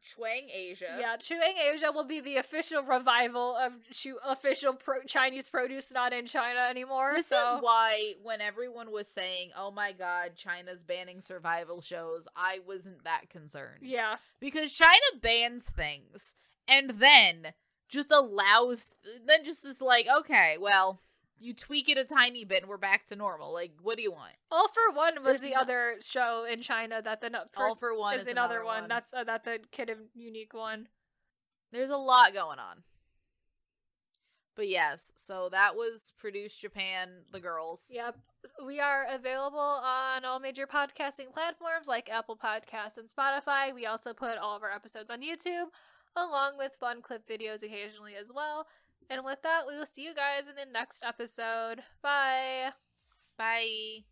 [SPEAKER 2] Chuang Asia.
[SPEAKER 1] yeah, Chewing Asia will be the official revival of chu- official pro- Chinese produce not in China anymore.
[SPEAKER 2] This
[SPEAKER 1] so.
[SPEAKER 2] is why when everyone was saying, "Oh my god, China's banning survival shows," I wasn't that concerned.
[SPEAKER 1] yeah,
[SPEAKER 2] Because China bans things and then just allows then just is like, "Okay, well, you tweak it a tiny bit and we're back to normal." Like, what do you want?
[SPEAKER 1] All for One was
[SPEAKER 2] There's
[SPEAKER 1] the
[SPEAKER 2] no-
[SPEAKER 1] other show in China that the no-
[SPEAKER 2] All
[SPEAKER 1] pers-
[SPEAKER 2] for one
[SPEAKER 1] is another one. That's uh, that the kid of unique one.
[SPEAKER 2] There's a lot going on. But yes, so that was Produce Japan, the girls.
[SPEAKER 1] Yep. We are available on all major podcasting platforms like Apple Podcasts and Spotify. We also put all of our episodes on YouTube, along with fun clip videos occasionally as well. And with that, we will see you guys in the next episode. Bye.
[SPEAKER 2] Bye.